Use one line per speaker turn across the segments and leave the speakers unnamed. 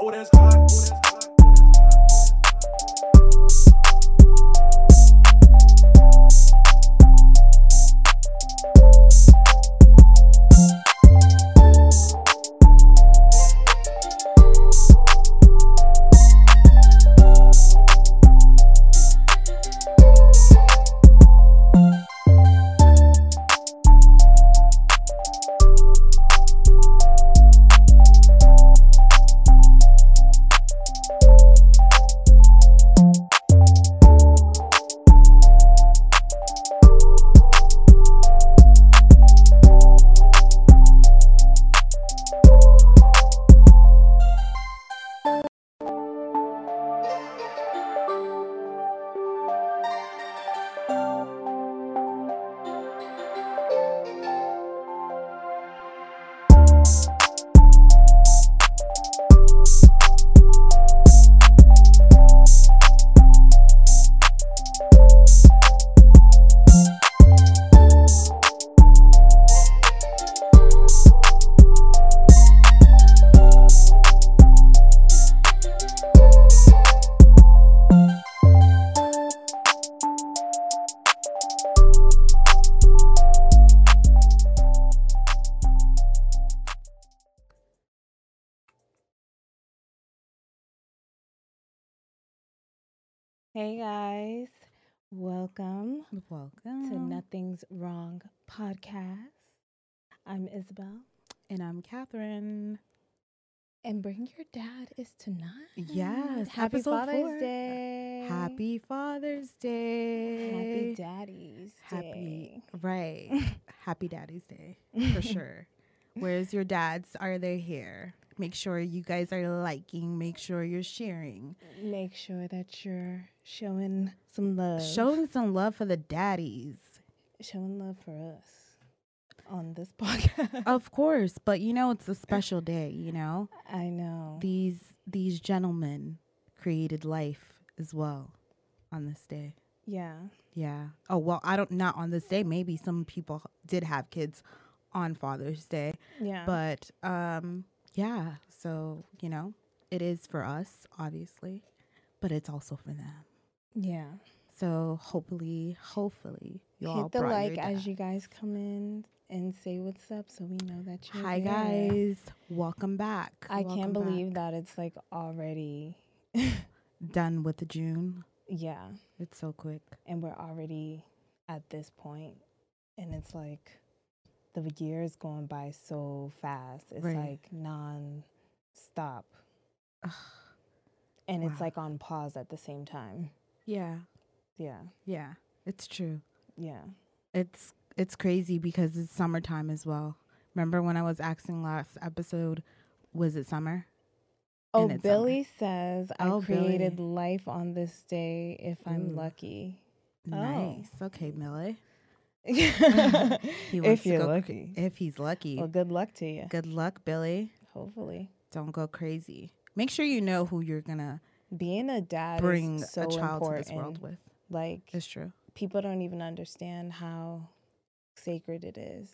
Oh, that's hot. Oh, that's hot.
Hey guys, welcome to
Welcome.
Nothing's Wrong podcast. I'm Isabel,
And I'm Catherine.
and Bring Your Dad is tonight.
Yes,
happy
episode
Father's
four.
Day.
Happy Father's Day.
Happy Daddy's
Happy.
Day.
Right. Happy Daddy's Day. For sure. Where's your dads? Are they here? Make sure you guys are liking. Make sure you're sharing.
Make sure that you're showing some love.
Showing some love for the daddies.
showing love for us on this podcast.
Of course, but you know it's a special day, you know?
I know.
These these gentlemen created life as well on this day.
yeah.
Yeah. Oh well, I don't. Not on this day. Maybe some people did have kids on Father's Day,
Yeah.
but um, yeah. So you know, it is for us, obviously, but it's also for them.
yeah.
So hopefully, hopefully, you all
Hit the
brought your
like as
dad.
you guys come in and say what's up so we know that you're
Hi
there.
guys, welcome back.
I
Welcome
can't
back.
believe that it's like already
done with the June.
yeah,
It's so quick.
and we're already at this point and it's like the year is going by so fast. It's
Right.
like non stop. And it's
Wow.
like on pause at the same time.
Yeah,
Yeah.
yeah, it's true.
Yeah.
it's it's crazy because it's summertime as well. Remember when I was asking last episode, was it summer?
Oh,
And it's
Billy says I
Oh,
created life on this day if I'm
Ooh.
lucky. Oh.
Nice. Okay, Millie. He wants
if
to
you're
go cra-
lucky.
If he's lucky.
well, good luck to you.
Good luck, Billy.
Hopefully.
Don't go crazy. Make sure you know who you're gonna
Being a dad
bring
is so
a child
important.
to this world with.
Like
It's true.
people don't even understand how sacred it is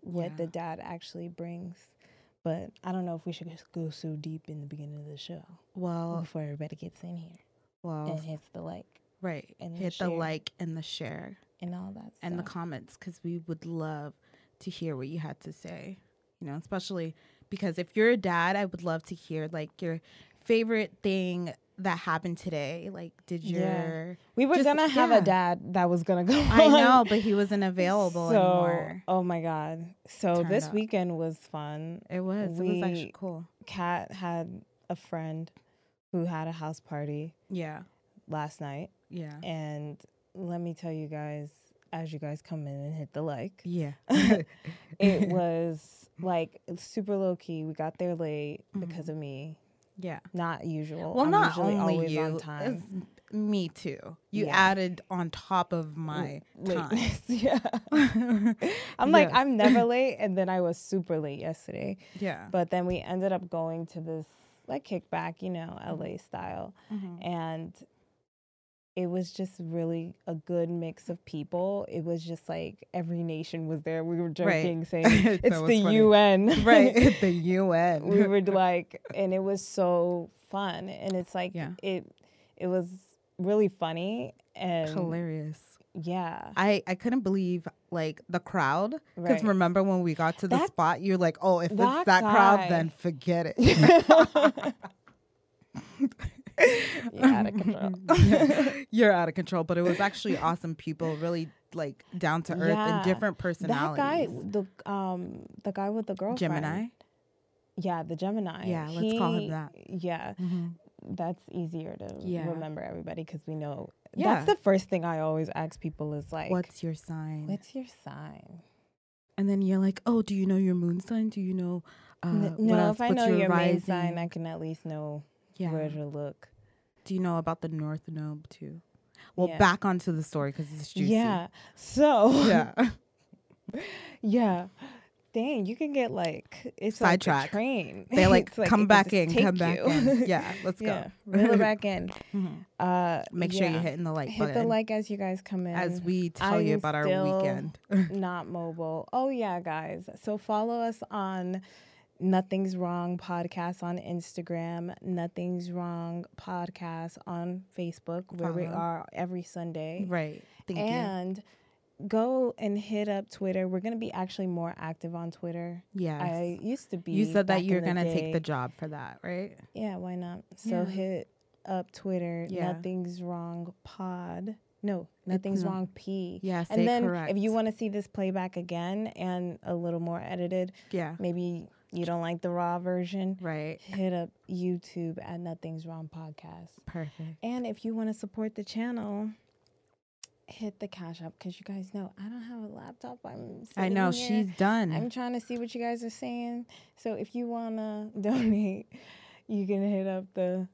what
Yeah.
the dad actually brings. But I don't know if we should just go so deep in the beginning of the show
Well,
before everybody gets in here
well,
and hits the like
right.
and the
Hit the
share.
like and the share
and all that
and the
stuff.
comments because we would love to hear what you had to say. You know, especially because if you're a dad, I would love to hear like your favorite thing that happened today. Like, did your
Yeah. we were
just-
gonna have a
yeah.
dad that was gonna go.
I
on.
know, but he wasn't available
so,
anymore.
Oh my god! So
Turned
this
up.
weekend was fun.
It was. it was
we-
actually cool.
Kat had a friend who had a house party
Yeah.
last night,
Yeah.
and let me tell you guys, as you guys come in and hit the like,
Yeah.
it was like super low key. We got there late because of me.
Mm-hmm. yeah.
Not usual.
Well,
I'm
not
usually
only
always
you.
on
it's
time.
me too. You
Yeah.
added on top of my time.
Lateness, yeah. I'm like,
Yes.
I'm never late, and then I was super late yesterday.
Yeah.
But then we ended up
Mm-hmm.
going to this like kickback, you know, LA style. And it was just really a good mix of people. It was just like every nation was there. We were joking saying
That
it's
was
the
funny.
UN.
right the UN.
we were like and it was so fun and it's like
Yeah.
it it was really funny and
hilarious.
yeah.
I I couldn't believe like the crowd because
Right.
remember when we got to the
That-
spot, you're like, oh, if
that
it's that crowd,
guy.
then forget it.
Yeah, out of control.
you're out of control. But it was actually awesome. People really like down to earth
Yeah.
and different
That
personalities.
guy the um the guy with the girlfriend.
Gemini.
Yeah, the Gemini.
Yeah, let's call him that.
Yeah.
Mm-hmm.
That's easier to
Yeah.
remember everybody because we know.
Yeah.
That's the first thing I always ask people is like, what's,
What's your sign?
your sign?
and then you're like, oh, do you know your moon sign? Do you know? Uh,
N-
what
no,
else?
if I
What's
know your main
rising?
sign, I can at least know
yeah.
where to look.
Do you know about the North Node too? Well,
Yeah.
back onto the story because it's juicy.
Yeah. So, yeah.
Yeah.
Dang, you can get like, it's like
Sidetracked.
a train.
They like
It's like,
come
it can
back
just
in,
take
come back
you.
in. Yeah, let's
yeah.
go.
Reel it back in.
Mhm.
Uh,
Make sure
yeah.
you're hitting the like
Hit
button
the like as you guys come in.
as we tell you
am
about our
still-
weekend.
not mobile. Oh yeah, guys. So follow us on Nothing's Wrong podcast on Instagram, Nothing's Wrong podcast on Facebook, where we
Follow.
are every Sunday.
right. Thank
and go and hit up Twitter. We're gonna be actually more active on Twitter.
you. Yes.
I used to be.
you said
back
that
in
you're
the
gonna take
day.
the job for that, right?
Yeah, why not? So
Yeah.
hit up Twitter.
Yeah.
Nothing's wrong. Pod. No, nothing's
not-
wrong. P.
Yeah, say
And then
correct.
if you want to see this playback again and a little more edited,
Yeah.
maybe you don't like the raw version.
Right.
Hit up YouTube at Nothing's Wrong Podcast.
Perfect.
And if you want to support the channel, hit the cash up because you guys know I don't have a laptop. I'm
I
sitting
know
here.
she's done.
I'm trying to see what you guys are saying. So if you wanna donate, you can hit up the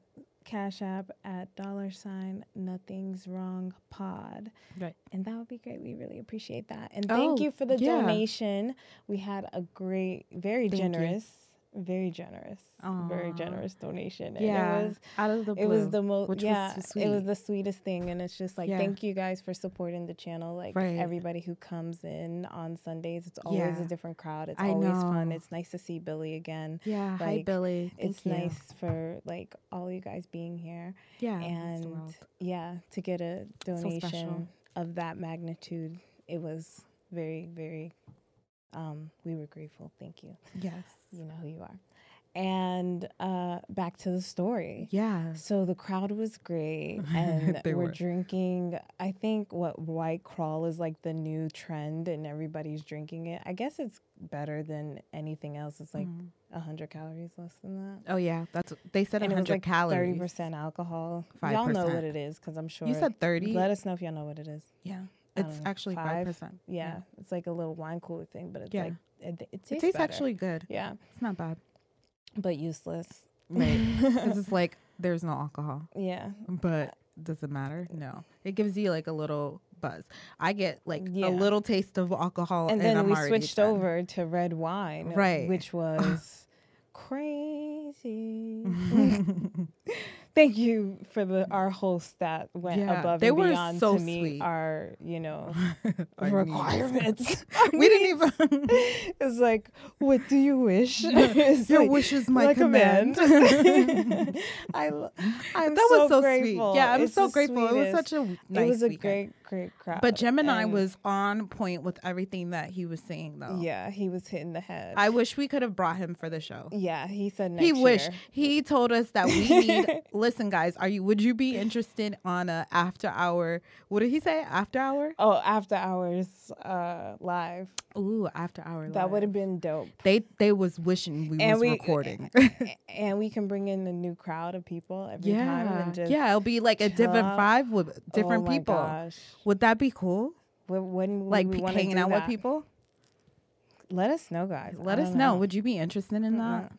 Cash App at dollar sign nothing's wrong pod.
Right.
And that would be great. We really appreciate that. And thank
Oh,
you for the
yeah.
donation. We had a great, very
Thank you.
generous, very generous, very
Aw.
generous donation. And
yeah.
it was
Out of the blue.
it was the most
which was
yeah
so
it was
sweet.
the sweetest thing and it's just like
Yeah.
thank you guys for supporting the channel like
Right.
everybody who comes in on sundays it's always
Yeah.
a different crowd it's
I
always fun
know.
it's nice to see billy again
yeah. hi
like,
Billy. Thank
it's
you.
nice for like all you guys being here
Yeah. it's the
and
world.
yeah to get a
special.
donation of that magnitude it was very very um we were grateful thank you
yes.
you know who you are and uh back to the story
Yeah.
so the crowd was great, and
They
we're
were.
drinking. I think what white crawl is like the new trend, and everybody's drinking it. I guess it's better than anything else. It's like
Mm.
a hundred calories less than that.
Mm-hmm. Oh yeah. That's they said
And it was
100
like
calories.
thirty percent alcohol. Y'all know
5%.
what it is, because I'm sure
You said 30.
Let us know if y'all know what it is.
Yeah.
I don't
It's
know,
actually
five?
5%.
Yeah, it's like a little wine cooler thing, but it's
Yeah.
like it, it tastes.
It tastes
better.
actually good.
Yeah,
It's not bad.
but useless.
Right. this is like there's no alcohol,
Yeah,
but does it matter? No. It gives you like a little buzz. I get like
Yeah.
a little taste of alcohol,
and
and,
then
I'm
we
already
switched
done.
over to red wine, uh,
Right.
Which was crazy. Thank you for the our hosts that went
Yeah,
above
they
and
were
beyond
so
to meet
sweet.
our you know
Our
requirements.
We didn't even.
it's like, what do you wish? It's
Your
like,
wish is my
like a man.
command.
I lo- I'm
that was so
grateful.
sweet. Yeah, I'm
It's
so
the
grateful. It was
sweetest.
such a w- nice
it was a
weekend.
great great crowd.
But Gemini
and
was on point with everything that he was saying, though.
yeah, he was hitting the head.
I wish we could have brought him for the show.
yeah, he said next
he wished
year.
he told us that we need listen guys are you would you be interested on a after hour what did he say after hour
Oh, after hours uh live.
ooh after hour
That
live.
would have been dope.
they they was wishing we
And
was
we-
recording
and we can bring in a new crowd of people every time
yeah
and just
yeah it'll be like a different
chop.
vibe with
Oh
different
my
people
Gosh.
would that be cool
When, when would
like
we
pe-
wanna
hanging
do
out with
that?
people
Let us know, guys.
let
I
us
don't
know. would you be interested in that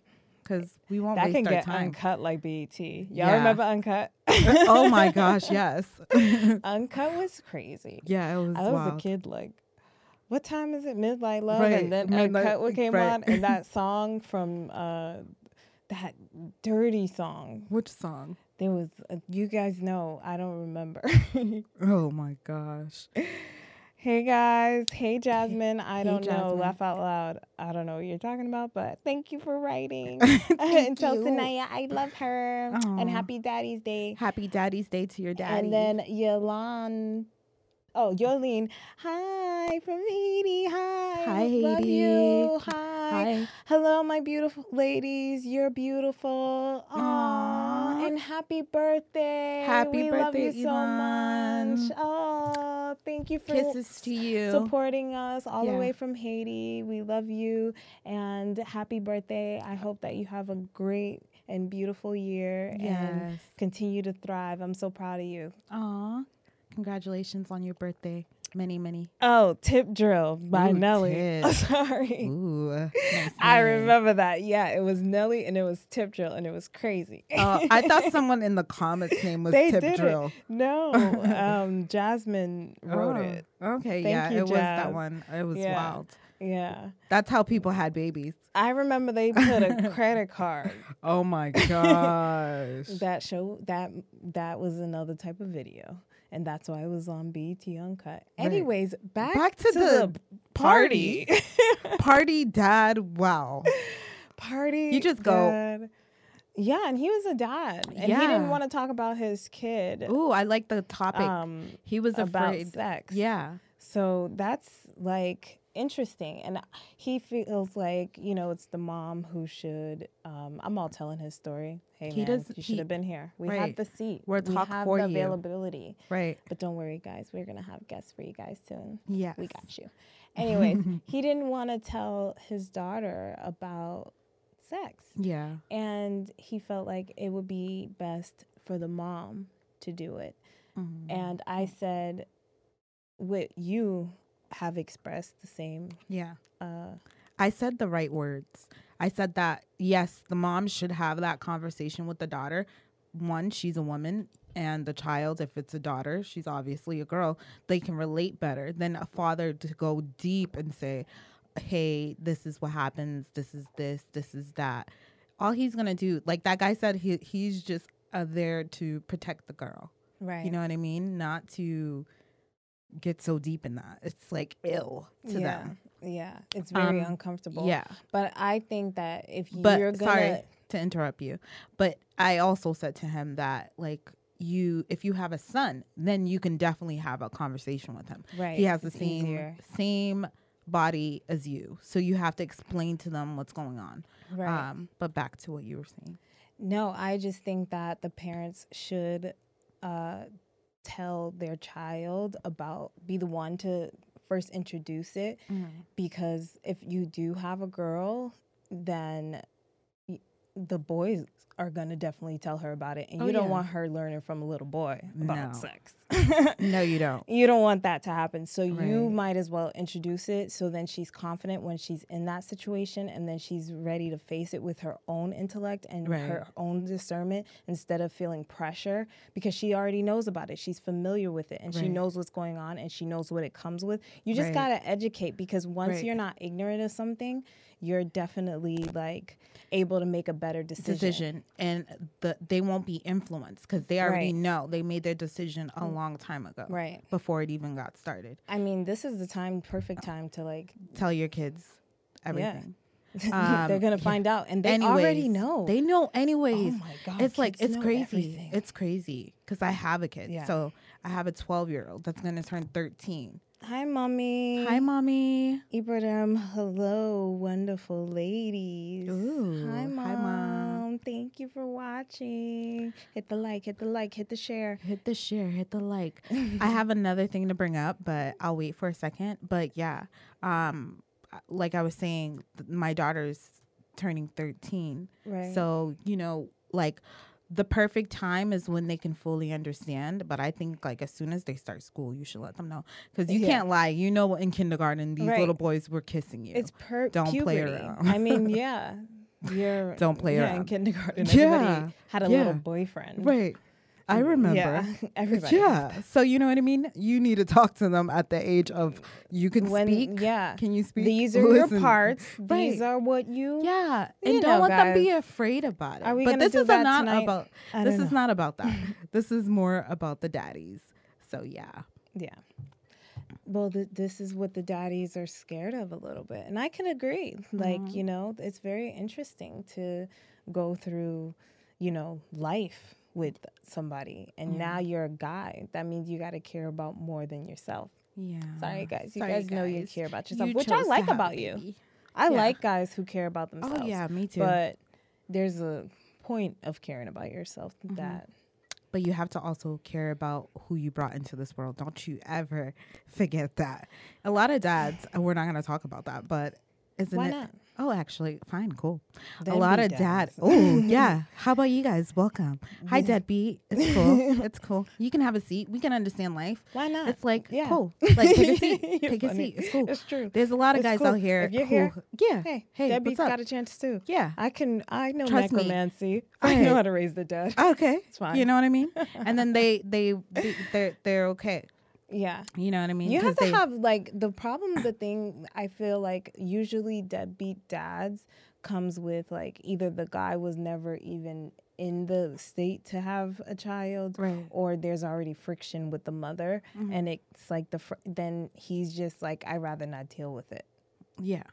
because we won't
That
waste
can
our
get
time
uncut like BET. Y'all
Yeah.
remember uncut?
oh my gosh yes
uncut was crazy.
yeah it was
I was
wild.
a kid, like, what time is it? Midnight Love,
Right,
and then
Midnight-
Uncut what came
right.
on, and that song from uh, that dirty song.
Which song?
There was, a, you guys know, I don't remember.
Oh my gosh.
hey guys, hey Jasmine, I
hey,
don't know,
Jasmine.
laugh out loud. I don't know what you're talking about, but thank you for writing. and
Thank
tell
you.
Sanaya I love her
Aw.
and happy Daddy's Day.
Happy Daddy's Day to your daddy.
And then Yolan, oh Yolene, hi from Haiti, hi,
Hi,
love
Haiti.
you,
Hi.
Hello, my beautiful ladies. You're beautiful. Aww.
Aw.
And happy birthday.
Happy
we love you
birthday,
so much.
Iman.
Oh, thank you for
Kisses to you.
supporting us all the
Yeah.
way from Haiti. We love you and happy birthday. I hope that you have a great and beautiful year and
Yes.
continue to thrive. I'm so proud of you.
Aw. Congratulations on your birthday. Many, many.
Oh, Tip Drill by
Ooh,
Nelly.
Tip.
I'm sorry.
Ooh. nice
I
name.
remember that. Yeah, it was Nelly and it was Tip Drill and it was crazy.
Oh, I thought someone in the comments name was
They
Tip
did it.
Drill.
no, um, Jasmine wrote
Oh,
it.
Okay,
Thank
yeah,
you,
it was that
Jazz.
one. It was
Yeah.
wild.
Yeah,
That's how people had babies.
I remember they put a credit card.
Oh my gosh.
That show that that was another type of video, and that's why it was on BET Uncut.
Right.
Anyways, back,
Back to the
party.
Party dad, wow.
party.
You just go.
dad. Yeah, and he was a dad, and he
Yeah.
didn't want to talk about his kid.
Ooh, I like the topic.
Um,
he was
about
afraid.
sex.
Yeah.
So that's like interesting. And he feels like, you know, it's the mom who should. Um, I'm all telling his story. Hey,
He
man,
does-
you
he-
should have been here. We have
right.
the seat.
We're
we
talk
have
for
the
you.
availability.
Right.
But don't worry, guys. We're going to have guests for you guys soon.
Yes.
We got you. Anyways, he didn't want to tell his daughter about sex.
Yeah.
And he felt like it would be best for the mom to do it.
Mm.
And I said, what you have expressed the same.
Yeah.
Uh,
I said the right words. I said that yes, the mom should have that conversation with the daughter. One, she's a woman, and the child, if it's a daughter, she's obviously a girl. They can relate better than a father to go deep and say, "Hey, this is what happens. This is this. This is that." All he's gonna do, like that guy said, he he's just uh, there to protect the girl.
right.
You know what I mean? Not to get so deep in that. It's like ill to
yeah.
them.
Yeah. It's very
Um,
uncomfortable.
Yeah.
But I think that if
but
you're going
sorry
to.
to interrupt you but i also said to him that like you if you have a son then you can definitely have a conversation with him
Right.
he has the
it's
same
easier.
same body as you so you have to explain to them what's going on
Right.
um but back to what you were saying
no, I just think that the parents should uh, tell their child about, be the one to first introduce it.
Mm-hmm.
because if you do have a girl, then y- the boys are gonna definitely tell her about it, and
Oh,
you don't
yeah.
want her learning from a little boy about
No.
sex.
no you don't
you don't want that to happen, so you
Right.
might as well introduce it. So then she's confident when she's in that situation, and then she's ready to face it with her own intellect and
Right.
her own discernment instead of feeling pressure because she already knows about it. She's familiar with it, and she
Right.
knows what's going on, and she knows what it comes with. You just
Right.
gotta educate because once
Right.
you're not ignorant of something, you're definitely like able to make a better decision.
decision and the they won't be influenced because they already
Right. Mm.
know they made their decision a long time ago
Right.
before it even got started
I mean, this is the time, perfect time to like.
tell your kids everything
they're gonna find out, and they already
Um, Anyways,
know.
They know anyways.
Oh my God,
It's like
kids
it's
know
crazy.
everything.
It's crazy because I have a kid.
Yeah.
So I have a 12 year old that's gonna turn 13.
Hi, mommy.
Hi, mommy.
Ibrahim. Hello, wonderful ladies.
Ooh,
hi,
hi,
mom.
Mom.
Thank you for watching. Hit the like. Hit the like. Hit the share.
Hit the share. Hit the like. I have another thing to bring up, but I'll wait for a second. But yeah, um, like I was saying, th- my daughter's turning 13.
Right.
So, you know, like the perfect time is when they can fully understand. But I think, like, as soon as they start school, you should let them know. Because you
Yeah.
can't lie. You know, in kindergarten, these
Right.
little boys were kissing you.
It's per
Don't play
puberty.
around.
I mean, yeah. You're
Don't play
yeah, in
around.
kindergarten.
Yeah,
Everybody had a
yeah.
little boyfriend.
right. I remember.
Yeah, everybody.
Yeah. So you know what I mean? You need to talk to them at the age of you can
When
speak.
yeah,
Can you speak?
these are
Listen.
your parts. These
Right.
are what you.
Yeah.
You
And
know,
don't let them be afraid about it.
Are we
but
gonna
this
do
is
that
not
tonight?
about
I
this
don't
is not about that. this is more about the daddies. So yeah.
Yeah. Well, th- this is what the daddies are scared of a little bit. And I can agree. Like,
Mm-hmm.
you know, it's very interesting to go through, you know, life with somebody. And now
Mm-hmm.
you're a guy. That means you got to care about more than yourself.
Yeah.
Sorry, guys. You
Ah, Sorry,
guys, know you
guys.
care about
You
yourself, which I
chose to
like
have a
about you.
baby.
I
Yeah.
like guys who care about themselves.
Oh yeah, me too. But,
But there's a point of caring about yourself
Mm-hmm.
that
you have to also care about who you brought into this world. Don't you ever forget that. A lot of dads, and we're not going to talk about that, but isn't
Why
it?
not?
Oh, actually, fine, cool.
Deadbeat
a lot of dad.
dads.
Oh yeah. How about you guys? Welcome. Hi, deadbeat. It's cool. it's cool. You can have a seat. We can understand life.
Why not?
It's like
Yeah.
cool. Like take a seat.
You're
take a
funny.
seat. It's cool.
It's true.
There's a lot of
It's
guys
cool.
out here.
If you're
who-
here,
yeah.
Hey,
hey,
Debbie's
what's up?
got a chance too.
yeah.
I can. I know
Trust me.
necromancy. I
Right.
know how to raise the dead.
Oh, okay. It's
fine.
You know what I mean? and then they they they they're, they're okay.
yeah.
You know what I mean?
You have
'Cause
to
they-
have like the problem. The thing I feel like usually deadbeat dads comes with like either the guy was never even in the state to have a child,
Right. Mm-hmm.
or there's already friction with the mother, and it's like the fr- then he's just like I rather not deal with it.
Yeah.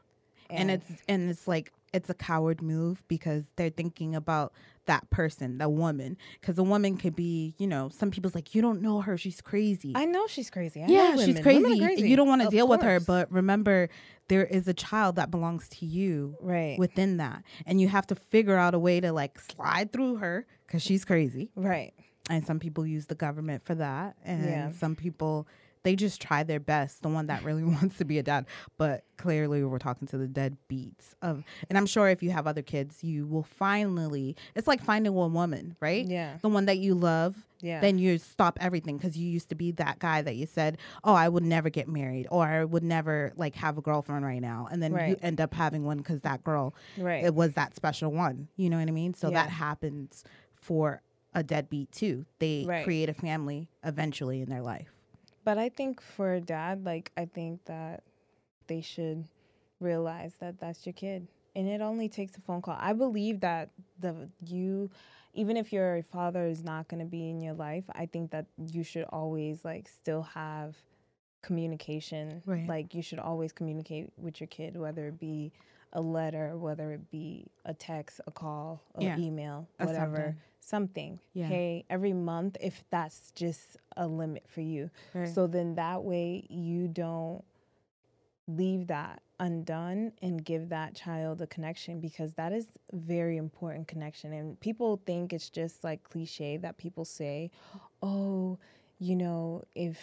And, it's and it's like it's a coward move because they're thinking about that person, the woman, because the woman could be, you know, some people's like, you don't know her, she's crazy.
I know she's crazy. I know
yeah, she's
women. Women are
crazy. You don't want to
Of
deal with her,
course.
but remember, there is a child that belongs to you
Right.
within that, and you have to figure out a way to like slide through her because she's crazy.
right.
and some people use the government for that and
Yeah.
some people they just try their best the one that really wants to be a dad but clearly we're talking to the dead beats of and i'm sure if you have other kids you will finally it's like finding one woman right
Yeah.
the one that you love
Yeah.
then you stop everything because you used to be that guy that you said oh i would never get married or i would never like have a girlfriend right now and then you
Right.
end up having one because that girl
Right.
it was that special one. You know what I mean? So
Yeah.
that happens for a deadbeat too. They
Right.
create a family eventually in their life.
But I think for a dad, like I think that they should realize that that's your kid, and it only takes a phone call. I believe that the you, even if your father is not going to be in your life, I think that you should always like still have communication.
Right.
Like you should always communicate with your kid, whether it be a letter, whether it be a text, a call, an
Yeah.
email,
A
whatever
something.
something.
Yeah.
Hey, every month, if that's just a limit for you. So then that way you don't leave that undone and give that child a connection because that is a very important connection. And people think it's just like cliche that people say, oh, you know, if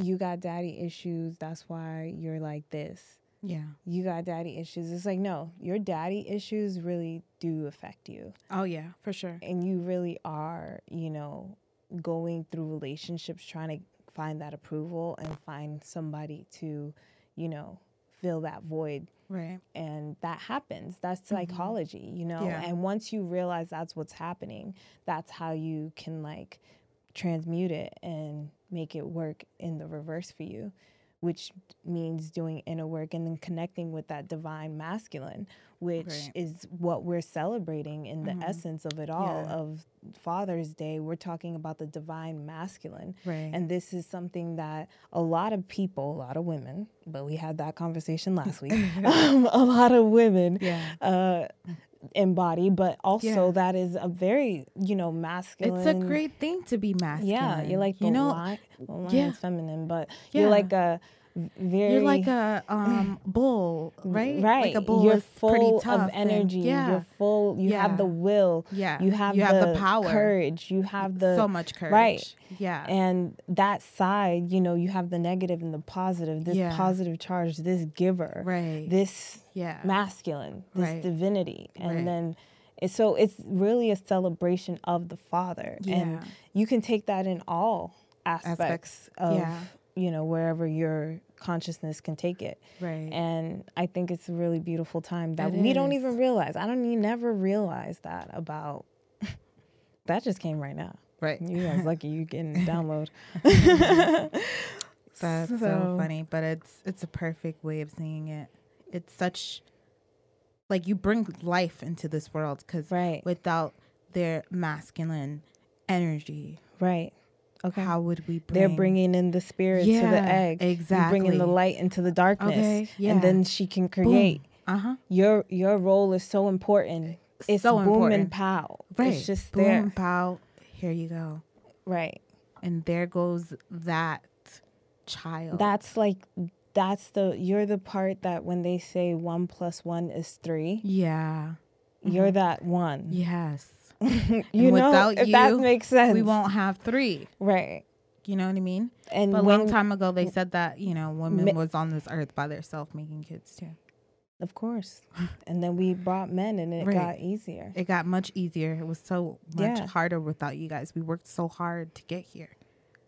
you got daddy issues, that's why you're like this
yeah.
you got daddy issues. It's like, no, your daddy issues really do affect you.
Oh yeah, for sure.
And you really are, you know, going through relationships trying to find that approval and find somebody to, you know, fill that void.
Right.
And that happens. That's psychology, you know?
Mm-hmm. Yeah.
And once you realize that's what's happening, that's how you can like transmute it and make it work in the reverse for you which means doing inner work and then connecting with that divine masculine, which
Right. Mm-hmm.
is what we're celebrating in the essence of it all
Yeah.
of Father's Day. We're talking about the divine masculine.
Right.
And this is something that a lot of people, a lot of women, but we had that conversation last week, um, a lot of women
Yeah.
uh, embody, but also
Yeah.
that is a very, you know, masculine.
It's a great thing to be masculine.
Yeah, you're like the
you know
lion, well, lion's
yeah.
feminine, but
Yeah.
you're like a v- very
you're like a um bull, right?
right.
Like a bull
you're
is pretty
full
tough
of
and-
energy.
yeah.
You're full. You have the
Yeah.
will.
Yeah.
You have,
You have
the,
the power.
courage. You have the
so much courage.
Right.
Yeah.
And that side, you know, you have the negative and the positive. This
Yeah.
positive charge, this giver,
right.
this
yeah.
masculine, this
Right.
divinity, and
Right.
then. it- So it's really a celebration of the Father, and
Yeah.
you can take that in all aspects,
Aspects,
of
yeah.
you know wherever your consciousness can take it.
right.
And I think it's a really beautiful time that
It
we don't
is.
even realize. I don't you never realize that about that just came right now.
Right.
You guys lucky you getting download.
That's so, funny, but it's it's a perfect way of seeing it. It's such like you bring life into this world cuz
Right.
without their masculine energy,
Right. Okay.
how would we bring
They're bringing in the spirit to the
Yeah,
egg. You're bringing
exactly.
the light into the darkness.
Okay, yeah.
And then she can create.
Uh-huh.
Your your role is so important. It's
So
boom
important.
and pow.
Right.
It's just
Boom,
there.
pow, here you go.
Right.
And there goes that child.
That's like that's the you're the part that when they say one plus one is 3
yeah.
you're that one.
Yes.
You
Mm-hmm. And
know,
without
if that
you,
makes sense.
we won't have 3.
Right.
You know what I mean?
And
But a
when,
long time ago, they said that you know women
Ma-
was on this earth by themselves making kids too.
of course. And then we brought men and it
Right.
got easier.
It got much easier. It was so much
Yeah.
harder without you guys. We worked so hard to get here.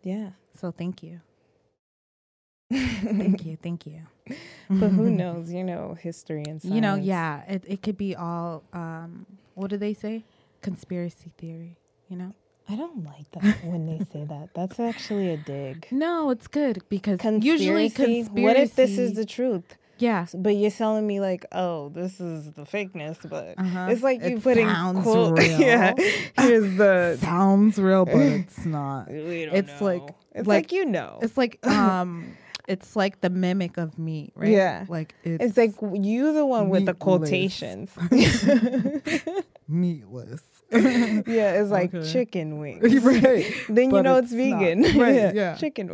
Yeah.
So thank you, thank you, thank you.
but who knows, you know, history and science.
You know, yeah, it it could be all. um What do they say? Conspiracy theory. You know?
I don't like that when they say that. That's actually a dig.
No, it's good because
Conspiracy?
usually conspiracy.
What if this is the truth?
yeah?
But you're telling me like, oh, this is the fakeness, but
Uh-huh.
it's like you
It
putting
sounds
quote.
real.
yeah, here's the.
Sounds real, but it's not.
We don't
It's like-
know. it's like,
like-
you know. It's,
It's like um, it's like the mimic of me, right?
Yeah.
like it's,
like you the one with the
meatless.
quotations.
meatless.
yeah, it's like
Okay.
chicken wings.
right.
Then you
But
know it's,
it's not.
vegan.
Right, yeah.
Chicken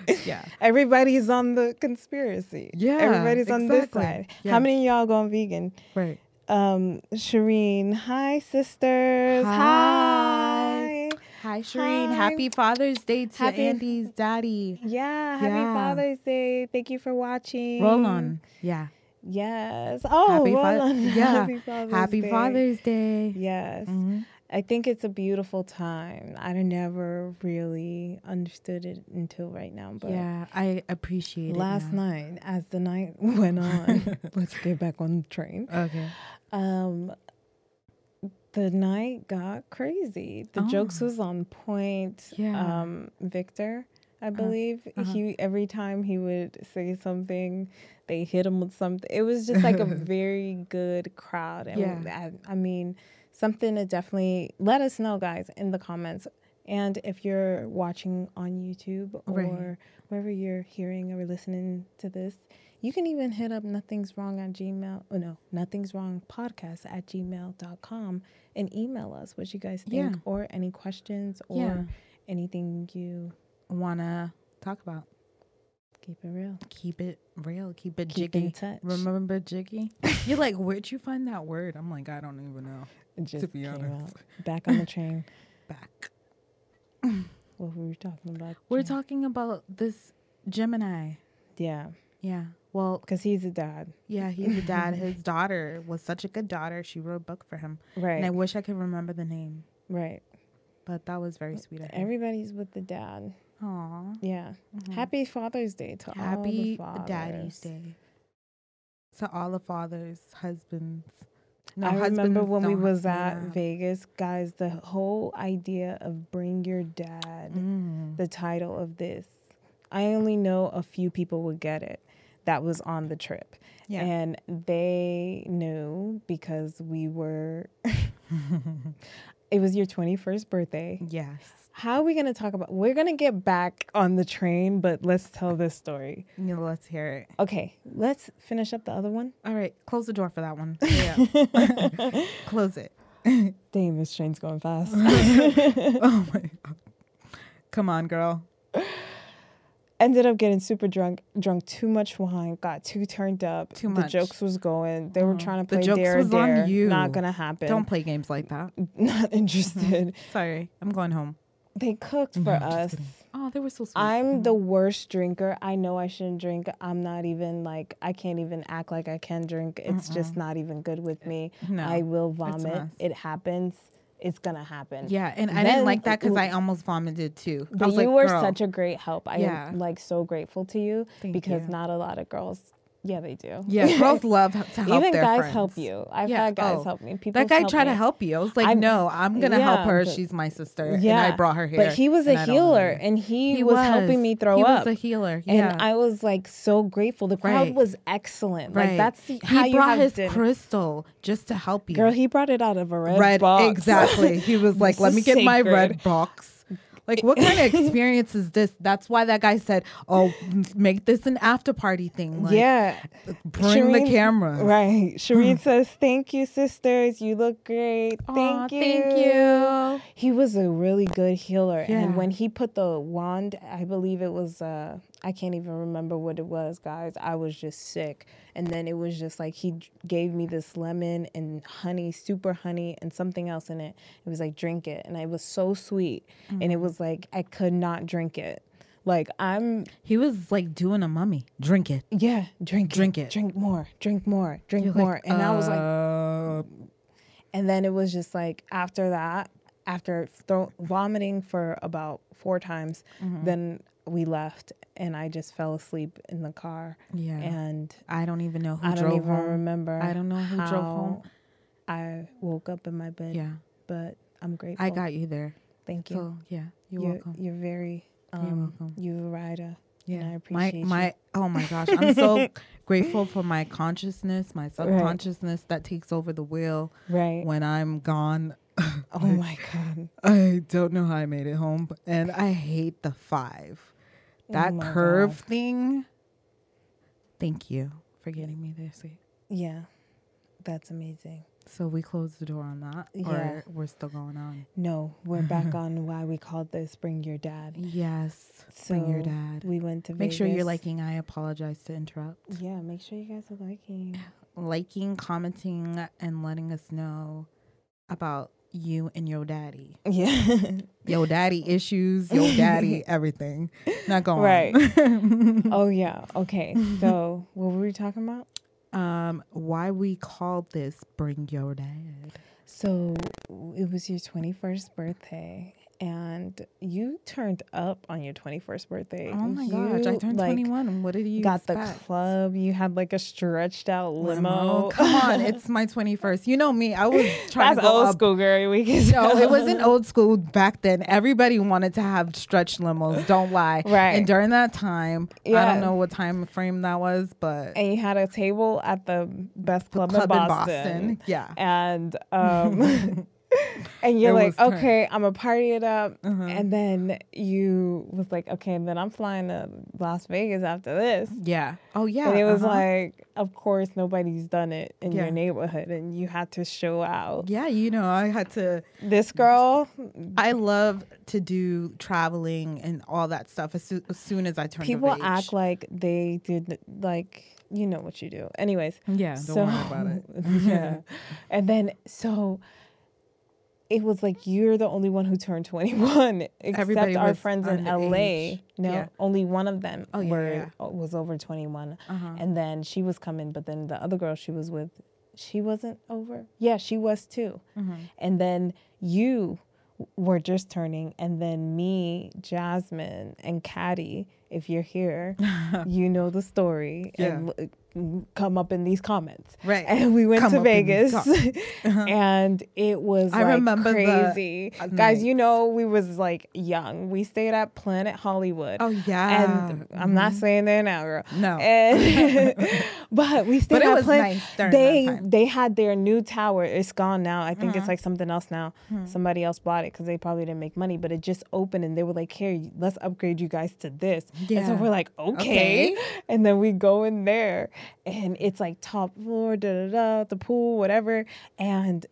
wings.
yeah.
Everybody's on the conspiracy.
Yeah,
Everybody's on this
exactly.
side.
Yeah.
How many of y'all going vegan?
Right.
Um, Shireen, hi sisters.
Hi.
Hi.
Hi, Shireen.
Hi.
Happy Father's Day to
Happy-
Andy's daddy.
Yeah, happy
Yeah.
Father's Day. Thank you for watching.
Roll on. Yeah.
Yes. Oh,
Happy
roll
Fa-
on.
yeah.
Happy Father's
Happy
Day.
Father's Day.
Yes.
Mhm.
I think it's a beautiful time. I never really understood it until right now, but
Yeah, I appreciate
last
it.
night as the night went on, let's get back on the train.
night. Okay.
Um, the night got crazy. The jokes was on point.
Oh. Yeah. Uh-huh.
Um, Victor, I believe he every time he would say something, they hit him with something. It was just like a very good crowd, and
Yeah.
I, I mean, something to definitely let us know, guys, in the comments. And if you're watching on YouTube or
Right.
wherever you're hearing or listening to this, you can even hit up nothing's wrong at Gmail. Oh no, nothing's wrong podcast at gmail.com and email us what you guys think
Yeah.
or any questions or
Yeah.
anything you
Wanna talk about?
keep it real.
Keep it real. Keep it
Keep
jiggy.
in touch.
Remember jiggy? You're like, where'd you find that word? I'm like, I don't even know.
It just
be
came
honest.
out. Back on the train.
Back.
what were we talking about?
We're talking about this Gemini.
yeah,
Yeah. Well,
because he's a dad.
Yeah, he's a dad. His daughter was such a good daughter. She wrote a book for him. And I
Right.
wish I could remember the name,
Right.
but that was very sweet of him.
Everybody's with the dad.
Aw. mm-hmm.
Yeah. Happy Father's Day to all the
Happy
fathers.
Daddy's Day. To all the fathers, husbands. No,
I remember
husbands
when we
don't
was at
have- yeah.
Vegas, guys, the whole idea of bring your dad,
Mm.
the title of this. I only know a few people would get it that was on the trip.
Yeah.
And they knew because we were it was your 21st birthday.
Yes.
How are we going to talk about We're going to get back on the train, but let's tell this story.
Yeah, let's hear it.
Okay, let's finish up the other one.
All right. Close the door for that one. Yeah. close it.
Damn, this train's going fast.
Oh my God. Come on, girl.
ended up getting super drunk, drunk too much wine, got too turned up.
Too
The
much. Uh-huh.
jokes was going. They were trying to
The
play
jokes
dare or
was on
dare.
you.
Not gonna happen.
Don't Mm-hmm. play games like that.
Not interested.
Sorry. I'm going home.
They cooked for us.
Oh, they were so sweet.
I'm the worst drinker. I know I shouldn't drink. I'm not even like I can't even act like I can drink. It's just not even good with me.
No,
I will
a
vomit.
mess.
It happens. It's gonna happen.
Yeah, and I didn't
Then-
like that because I almost vomited too. I
But
was
you
like,
were
"Girl."
such a great help. I
Yeah.
am like so grateful to you
Thank
because
you.
not a lot of girls Yeah, they do.
Yeah, girls love to help
Even
their
guys
friends.
help you. I've
Yeah.
had guys
Oh,
help me. People
That guy
help
tried to
me.
help you. I was like,
I'm-
no, I'm gonna help
yeah,
her.
but-
She's my sister, and I brought her here.
But he was
and
a
I don't know
healer
her.
and he, was, helping me throw
he
up.
was a healer.
and
Yeah.
I was like so grateful. The crowd
Right.
was excellent.
Right.
Like that's the,
he
how you
brought
have
his
dinner.
crystal just to help you.
Girl, he brought it out of a red,
red
box.
exactly. He was like,
This
"Let
is
me get my
sacred.
red box." Like, what kind of experience is this? That's why that guy said, "Oh, m- make this an after party thing." Like,
yeah.
bring the
Shireen-
camera.
Right.
Hmm.
Shereen says, Thank you, sisters. You look great. thank you.
Thank you.
He was a really good healer.
Yeah.
And when he put the wand, I believe it was, uh, I can't even remember what it was, guys. I was just sick. And then it was just like he d- gave me this lemon and honey, super honey, and something else in it. It was like, drink it. And it was so sweet. And
Mm-hmm.
it was like, I could not drink it. Like, I'm
He was like doing a mummy. Drink it.
yeah, drink,
Drink it.
drink more, drink more, drink
You're like,
more. and I was like,
uh,
and then it was just like after that, after throw, vomiting for about four times,
Mm-hmm.
then we left, and I just fell asleep in the car,
yeah.
and
I don't even know who
I don't
drove
even
home.
remember.
I don't know who drove home.
how I woke up in my bed,
Yeah,
but I'm grateful.
I got you there.
Thank you.
So yeah, you're,
you're,
welcome.
you're very. Um,
You're welcome.
You a rider.
Yeah,
and I appreciate you.
my my. Oh my gosh, I'm so grateful for my consciousness, my subconsciousness that takes over the wheel
Right.
when I'm gone.
Oh my god.
I don't know how I made it home, b- and I hate the five. That
Oh my
curve thing. Thank you for getting me there, sweet.
Yeah, that's amazing.
So we closed the door on that,
Yeah.
or we're still going on.
No, we're back on why we called this Bring Your Dad.
Yes,
So
bring your dad.
We went to
Make sure you're
Vegas.
liking. I apologize to interrupt.
Yeah, make sure you guys are liking.
liking, commenting, and letting us know about you and your daddy.
Yeah.
Yo daddy issues, yo daddy everything. Not going
Right.
right.
oh yeah. Okay. So what were we talking about?
um, why we called this "Bring Your Dad"?
So it was your 21st birthday, and you turned up on your 21st birthday.
Oh my gosh, I
You,
turned
like,
twenty-one. What did you
Got
expect?
the club. You had like a stretched out limo.
Come on, it's my twenty-first. You know me. I was trying
That's
to go
old
up
school, girl. We can
No, it wasn't old school back then. Everybody wanted to have stretch limos. Don't lie.
Right.
And during that time, I
Yeah.
don't know what time frame that was, but
and you had a table at the best club,
club
in, Boston.
Yeah.
And um and you're
It was Uh-huh.
like,
tight.
okay, I'm gonna party it up. And then you was like, okay, and then I'm flying to Las Vegas after this.
yeah. Oh yeah.
And it was
uh-huh.
like, of course, nobody's done it in
Yeah.
your neighborhood, and you had to show out.
yeah, you know, I had to.
This girl,
I love to do traveling and all that stuff as, soo- as soon as I turned.
people
of age.
act like they did, like you know what you do. Anyways,
Yeah. Don't
so-
worry about it.
yeah. And then so it was like you're the only one who turned 21 except
Everybody
our
was
friends in
underage.
LA. No,
Yeah.
only one of them
Oh, yeah,
were uh,
yeah,
was over 21.
Uh-huh.
And then she was coming, but then the other girl she was with, she wasn't over. Yeah, she was too.
Mm-hmm.
And then you w- were just turning and then me, Jasmine and Caddy, if you're here, you know the story and l- come up in these comments
Right.
and we went
Come
to
up in
Vegas,
these comments.
and it was
I
like
remember the uh,
crazy, guys. You know, we was like young. We stayed at Planet Hollywood.
Oh, yeah. Mm-hmm.
and I'm not saying that now, girl.
No.
and, but we stayed
But it
at
was
Planet.
nice during that
they
time. Mm-hmm.
they had their new tower. It's gone now. I think it's like something else now.
Hmm.
Somebody else bought it because they probably didn't make money. But it just opened, and they were like, "Here, let's upgrade you guys to this." And so
Yeah.
we're like, "Okay."
Okay.
And then we go in there, and it's like top floor, da da da, the pool, whatever. And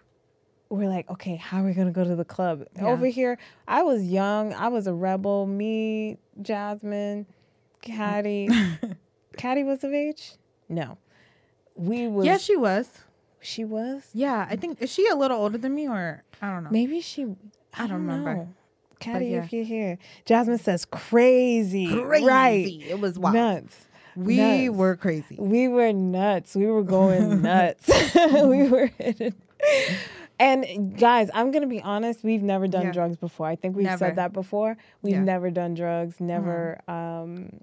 we're like, okay, how are we gonna go to the club over here? I was young, I was a rebel. Me,
Mm.
Jasmine, Caddy. Caddy was of age. No, we was.
Yeah, she was.
she was.
Yeah, I think is she a little older than me or I don't know.
Maybe she. I,
don't remember.
know. Caddy,
yeah.
if you're here, Jasmine says crazy, right?
Crazy. It was wild.
Nuts.
We
Nuts.
were crazy.
We were nuts. We were going nuts. we were. And guys, I'm gonna be honest. We've never done
Yeah.
drugs before. I think we've
Never.
said that before. We've
Yeah. Uh-huh.
never done drugs. Never um,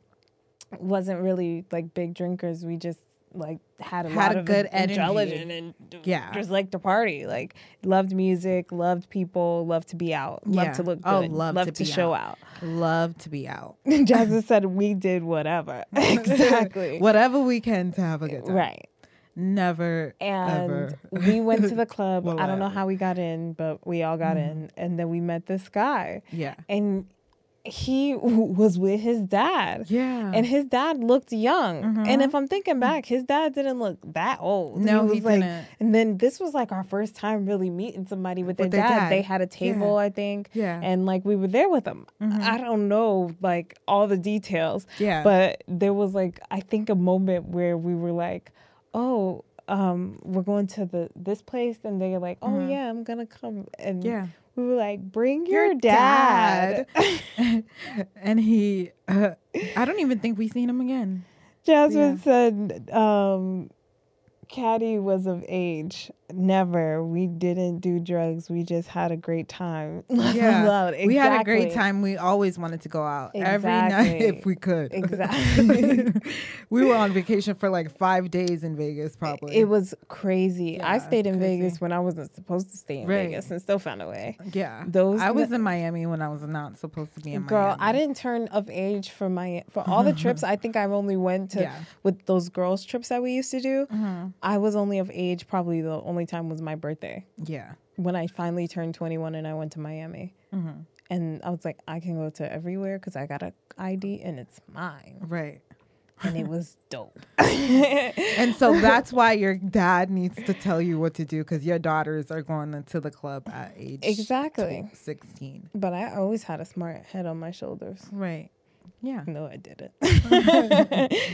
wasn't really like big drinkers. We just like had a
Had
lot
a
of
good
in- intelligent
energy.
and d-
Yeah.
just like to party. Like loved music, loved people, loved to be out, loved
Yeah.
to look
Oh,
good,
loved
loved
to
to,
be
show out.
Love to be out.
Jasmine said we did whatever. exactly.
Whatever we can to have a good time.
Right.
Never
And
ever.
we went to the club. I don't know
Whatever.
how we got in, but we all got
Mm-hmm.
in. And then we met this guy.
Yeah.
And he was with his dad.
Yeah. Mm-hmm.
And his dad looked young. And if I'm thinking back, his dad didn't look that old.
No,
was
he
like,
didn't.
And then this was like our first time really meeting somebody with,
With
their
their
dad.
dad.
They had a table, I think.
Yeah. Mm-hmm.
And like we were there with them. I don't know like all the details.
Yeah.
But there was like I think a moment where we were like, oh. Um, we're going to the this place, and they're like, "Oh yeah, I'm gonna come." And
Mm-hmm. Yeah.
we were like, "Bring your,
Your
dad.
and he, uh, I don't even think we've seen him again.
Jasmine said, um, Caddy was of age. Never. We didn't do drugs. We just had a great time. Loud.
We had a great
Exactly.
time. We always wanted to go out every night
Exactly.
if we could.
Exactly.
we were on vacation for like five days in Vegas, probably.
It was crazy. I
Yeah,
stayed in
crazy.
Vegas when I wasn't supposed to stay in
Right.
Vegas and still found a way.
yeah.
those
I
n-
was in Miami when I was not supposed to be in
Girl,
Miami.
I didn't turn of age for my for all the trips. I think I only went to
Yeah. Mm-hmm.
with those girls trips that we used to do. I was only of age. Probably the only time was my birthday.
Yeah.
when I finally turned 21 and I went to Miami.
Mm-hmm.
And I was like, I can go to everywhere because I got a ID and it's mine.
Right.
And it was dope.
And so that's why your dad needs to tell you what to do because your daughters are going into the club at age
Exactly.
tw- 16.
But I always had a smart head on my shoulders.
Right. Yeah.
No, I didn't.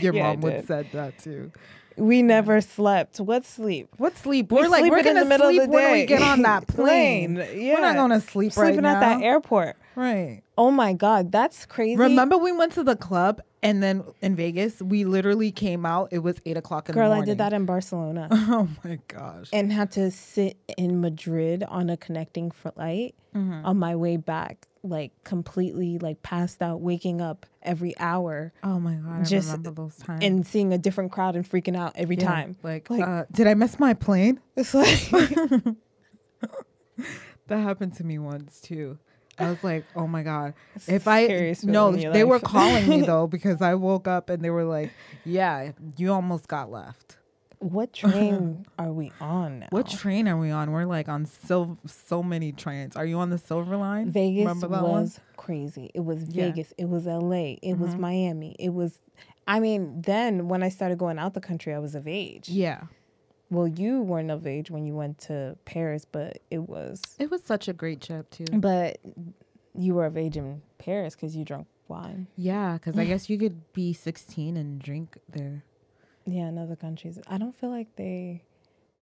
Your
Yeah, I
mom would
did.
said that too.
We never slept. What sleep?
What sleep?
We
We're like
sleep
we're
it in
gonna
the middle of
sleep
the
when we
day.
get on that plane.
Plane,
We're not
yeah.
gonna sleep
Sleeping
right
at
now.
that airport.
Right.
Oh my God, that's crazy.
Remember we went to the club and then in Vegas we literally came out. It was eight o'clock in
Girl,
the
I
morning.
did that in Barcelona
Oh my gosh.
and had to sit in Madrid on a connecting flight
Mm-hmm.
on my way back, like completely like passed out, waking up every hour.
oh my god. I
Just-
remember those times.
and seeing a different crowd and freaking out every
Mm-hmm. Yeah,
time.
Like,
Like-
uh, did I miss my plane?
It's like
That happened to me once too. I was like, oh my god. If I
scariest
no,
feeling in your
they were
life.
calling me though because I woke up and they were like, yeah, you almost got left.
what
Uh-huh.
train are we on now?
What train are we on? We're like on so so many trains. Are you on the Silver Line?
Vegas
Remember that
was
one?
crazy. It was
Yeah. Mm-hmm.
Vegas. It was LA. It was Miami. It was I mean, then when I started going out the country, I was of age.
Yeah,
Well, you weren't of age when you went to Paris, but it was
it was such a great trip too.
but you were of age in Paris cuz you drank wine.
Yeah, because I guess you could be 16 and drink there.
Yeah, in other countries. I don't feel like they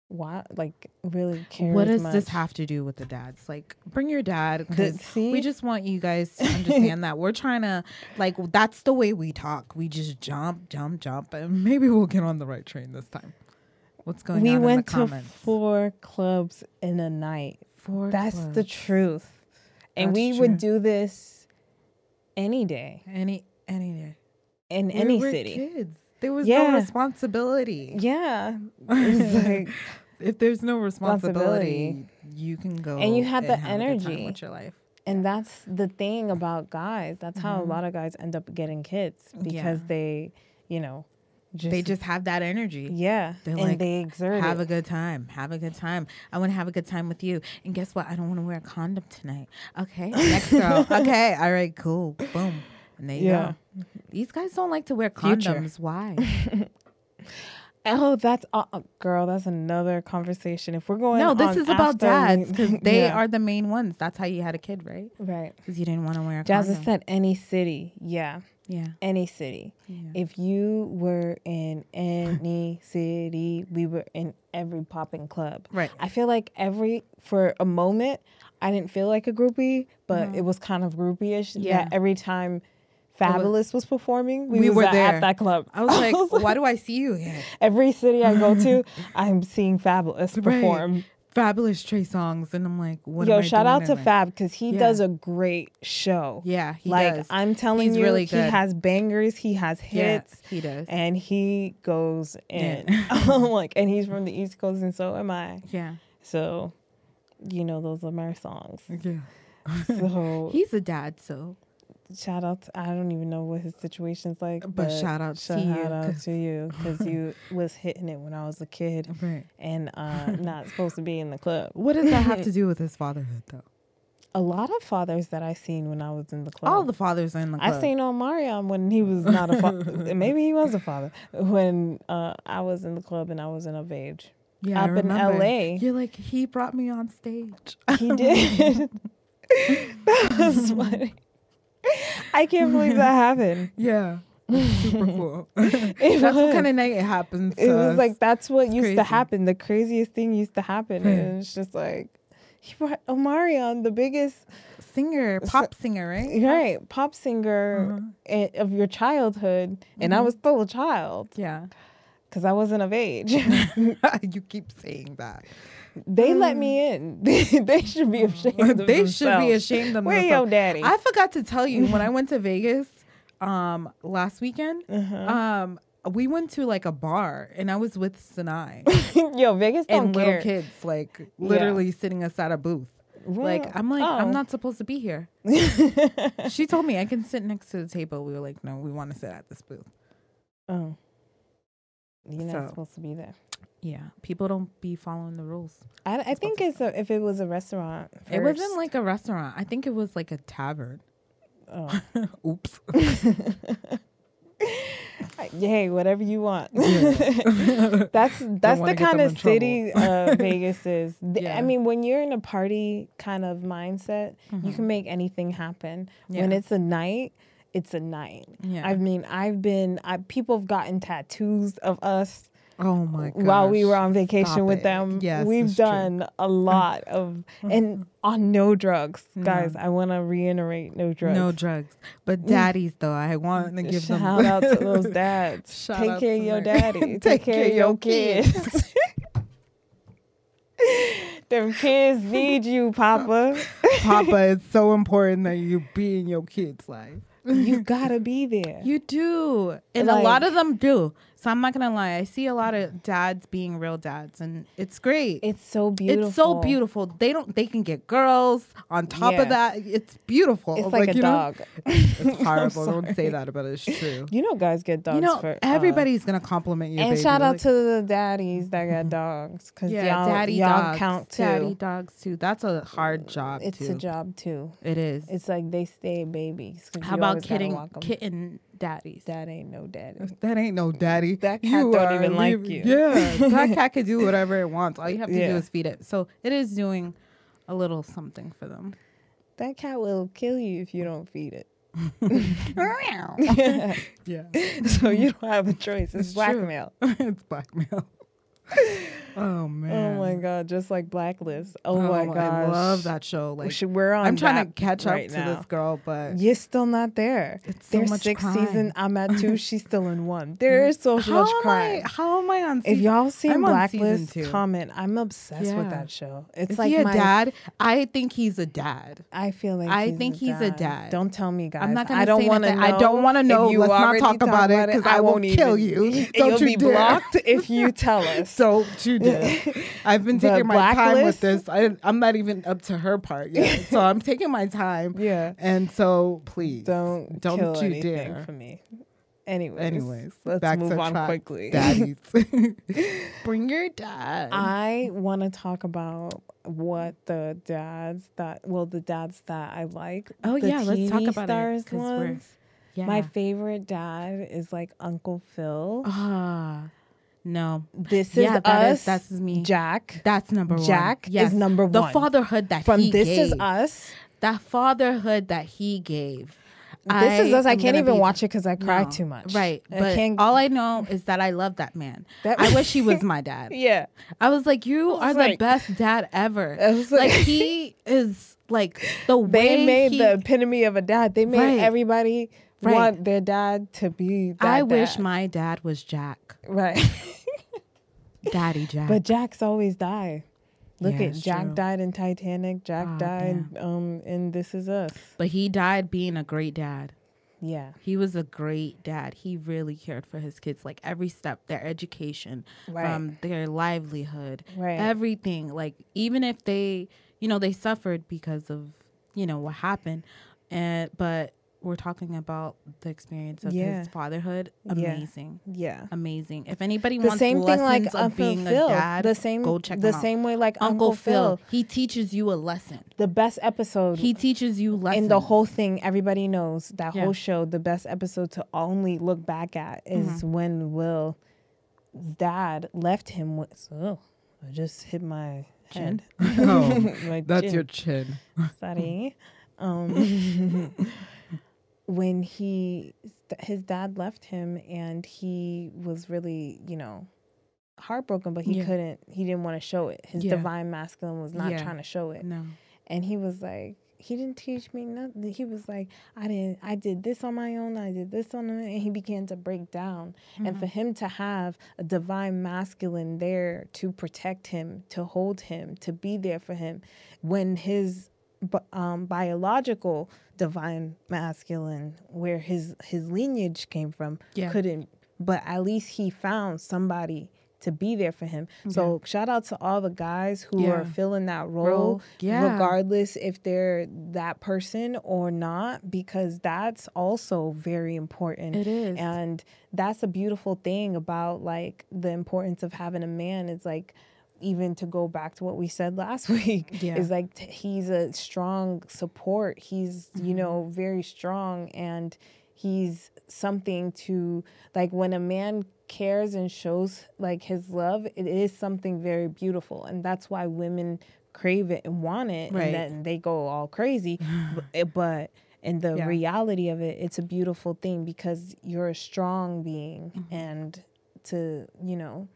why like really care
What
as
does this
much.
have to do with the dads? Like, bring your dad.
The-
'cause
see?
we just want you guys to understand that we're trying to, like, that's the way we talk. We just jump, jump, jump, and maybe we'll get on the right train this time. What's going
we
on
went
in the
to
comments?
four clubs in a night.
Four
That's
clubs.
the truth. And
That's
we
true.
would do this any day
any any day.
in
We
any
were
city.
Kids. There was
Yeah.
no responsibility.
Yeah. It was like,
If there's no responsibility,
Responsibility.
you can go
And you had the
have a good time
energy.
with your life.
and that's the thing about guys. That's how a lot of guys end up getting kids because
Mm-hmm. Yeah.
they, you know, just,
They just have that energy.
yeah,
they're
and
like,
they exert
Have
it.
a good time. Have a good time. I want to have a good time with you. And guess what? I don't want to wear a condom tonight. Okay. Next girl. okay. All right. Cool. Boom. And there you
Yeah.
go. These guys don't like to wear condoms.
Future.
Why?
oh, that's uh, uh, girl. That's another conversation. If we're going,
no, this
on
is about
after we-
dads because they
Yeah.
are the main ones. That's how you had a kid, right?
right.
Because you didn't want to wear a
Jazza
condom.
said any city. Yeah.
Yeah.
any city.
Yeah.
If you were in any city, we were in every popping club.
Right.
I feel like every for a moment I didn't feel like a groupie, but it was kind of groupie-ish.
Mm. Yeah.
That every time Fabulous was performing, we,
We
was
were
at-
there.
at that club.
I was like, why do I see you here?
every city I go to, I'm seeing Fabulous
Right.
perform.
Fabulous Trey songs, and I'm like, what?
Yo,
am I
shout
doing
out
in
to
life?
Fab because he
Yeah.
does a great show.
Yeah, he
like
does.
I'm telling
He's
you,
really
he
good.
has bangers, he has
Yeah,
hits,
he does.
and he goes
Yeah.
in. like, and he's from the East Coast, and so am I.
yeah,
So, you know, those are my songs.
yeah.
So,
He's a dad, so
shout out! To, I don't even know what his situation's like,
But shout out to
shout
you,
out
'cause-
to you because you was hitting it when I was a kid
right.
and uh, not supposed to be in the club.
What does that have to do with his fatherhood, though?
A lot of fathers that I seen when I was in the club.
All the fathers are in the club.
I seen on Mariam when he was not a father. Maybe he was a father when uh, I was in the club and I wasn't of age.
yeah, I
up in
remember.
LA.
You're like he brought me on stage.
He did. that was funny. I can't believe that happened.
Yeah, it's super cool.
It
That's what
was.
kind of night it happens.
It
to
was
us.
like that's what used
crazy. Hmm.
to happen. The craziest thing used to happen, and it's just like he brought Omarion, the biggest
singer, pop singer, right? Uh-huh.
right pop singer eh, of your childhood, and I
Mm-hmm.
was still a child
Yeah.
because I wasn't of age.
you keep saying that.
They let me in. they should be ashamed. Of
Mm. they should be
themselves.
ashamed of
Where your
themselves.
daddy?
I forgot to tell you when I went to Vegas um last weekend.
Uh-huh.
Um we went to like a bar and I was with Sinai
Yo, Vegas don't
and little
care.
kids like literally sitting outside a booth.
Well,
Like I'm like
oh.
I'm not supposed to be here. she told me I can sit next to the table. We were like, no, we want to sit at this booth.
Oh, you're not
So.
supposed to be there.
Yeah, people don't be following the rules.
I, I think it's a, if it was a restaurant.
It wasn't
first.
like a restaurant. I think it was like a tavern.
Oh.
Oops.
hey, whatever you want. that's that's the
wanna get
kind
them
of
in trouble.
city uh, Vegas is. Th-
Yeah.
I mean, when you're in a party kind of mindset, you can make anything happen. When
Mm-hmm. Yeah.
it's a night, it's a night.
Yeah.
I mean, I've been I, people have gotten tattoos of us
Oh my god.
while we were on vacation
Stop
with
it.
them.
Yes,
We've
it's true.
done a lot of and on no drugs, guys. I want to reiterate no drugs. Mm.
No drugs. But daddies though, I want to give
Shout
them
out to those dads.
Shout
Take
out
care
to
of your
my-
daddy. Take, care of your kids. Them kids need you, Papa.
Papa, it's so important that you be in your kids' life.
you gotta be there.
You do. And a
Like-
lot of them do. So I'm not gonna lie. I see a lot of dads being real dads and it's great.
It's so beautiful.
It's so beautiful. They don't they can get girls on top
Yeah.
of that. It's beautiful.
It's like, a
you know,
dog.
It's horrible. don't say that, but it's true.
You know, guys get dogs.
You know,
for, uh,
everybody's gonna compliment you.
and
baby.
shout out
Like,
to the daddies that got dogs, cause
yeah,
y'all,
daddy
y'all
dogs.
count too.
Daddy dogs too. That's a hard job.
it's
too.
a job too.
It is.
It's like they stay babies. 'cause
How
you
about
always gotta
kidding
walk 'em.
kitten daddies?
That ain't no daddy.
That ain't no daddy.
That cat don't even
we-
like you.
Yeah, that cat can do whatever it wants. All you have to do
Yeah.
is feed it. So it is doing a little something for them.
That cat will kill you if you don't feed it.
yeah,
so you don't have a choice. It's,
It's true.
blackmail.
it's blackmail. oh
Oh
man.
my god, just like Blacklist. Oh, my god,
I love that show. Like
We're on.
I'm trying to
that
catch up
right
to
now.
this girl, but
You're still not there.
It's so
There's
much
six
crime.
season. I'm at two. She's still in one. There is so
how
much
am
crime.
I? How am I on?
if
season-
y'all seen
I'm on season
Blacklist,
two.
comment. I'm obsessed
Yeah.
with that show. It's
is
like
he a
my,
dad? I think he's a dad.
I feel like
I
he's
think
a
he's a
dad.
dad.
Don't tell me, guys.
not gonna
I don't
say
want to.
nothing. I don't wanna know. Let's not talk about it 'cause I will kill you. Don't
You'll
you
be
dare.
blocked if you tell us.
So you did. I've been
The
taking my time
blacklist?
with this. I, I'm not even up to her part yet, so I'm taking my time.
Yeah.
And so please
don't
don't
kill
you
anything
dare.
for me. Anyways,
Anyways,
let's
back
move
to
on
track,
quickly. Uh,
Daddies, bring your dad.
I want to talk about what the dads that well the dads that I like.
Oh,
the
yeah, let's talk
TV
about it,
stars
'cause we're-
ones.
yeah.
My favorite dad is like Uncle Phil.
ah, no,
This
yeah,
is
that is-
us.
that's me.
Jack.
that's number one.
Jack is
yes.
number
The
one.
fatherhood that
from
he
This
gave.
Is Us.
That fatherhood that he gave.
This Is Us. I
am
can't
gonna
even
be-
watch it because I cry
No,
too much.
Right.
I
but
can't.
all I know is that I love that man.
That-
I wish he was my dad.
yeah.
I was like, you are
was
the
like-
best dad ever.
I was
like,
like-
he is like the way
They made
he,
the epitome of a dad. They made
Right.
everybody
Right.
want their dad to be. That
I wish
dad.
my dad was Jack,
right.
Daddy Jack.
But Jack's always die. Look
Yeah,
at
it's
Jack
true.
died in Titanic. Jack
Ah,
died um in This Is Us.
But he died being a great dad.
Yeah.
He was a great dad. He really cared for his kids, like every step, their education,
Right.
from their livelihood,
Right.
everything. Like even if they, you know, they suffered because of, you know, what happened, and but we're talking about the experience of
Yeah.
his fatherhood.
Yeah.
Amazing,
yeah.
amazing. If anybody
The
wants
same thing like
lessons of
Uncle
being
Phil.
a dad,
the same
go check
the
him out.
same way like
Uncle, Phil, he teaches you a lesson.
The best episode
He teaches you lessons.
in the whole thing, everybody knows that
Yeah.
whole show, the best episode to only look back at is
Mm-hmm.
when Will's dad left him with so I just hit my
Chin.
head. My
Oh, That's
chin.
your chin.
Sorry. Um, when he, his dad left him and he was really, you know, heartbroken, but he
Yeah.
couldn't, he didn't want to show it. His
Yeah.
divine masculine was not
Yeah.
trying to show it.
No.
And he was like, he didn't teach me nothing. He was like, I didn't, I did this on my own, I did this on my own. And he began to break down. And
Mm-hmm.
for him to have a divine masculine there to protect him, to hold him, to be there for him, when his bi- um, biological divine masculine, where his, his lineage came from,
Yeah.
couldn't, but at least he found somebody to be there for him. So shout out to all the guys who
Yeah.
are filling that role
Role.
role,
Yeah.
regardless if they're that person or not, because that's also very important.
It is.
And that's a beautiful thing about like the importance of having a man is like even to go back to what we said last week
Yeah.
is like t- he's a strong support. He's, you
Mm-hmm.
know, very strong and he's something to like when a man cares and shows like his love, it is something very beautiful. And that's why women crave it and want it
Right.
and then they go all crazy. B- eh, but in the
Yeah.
reality of it, it's a beautiful thing because you're a strong being
Mm-hmm.
and to, you know,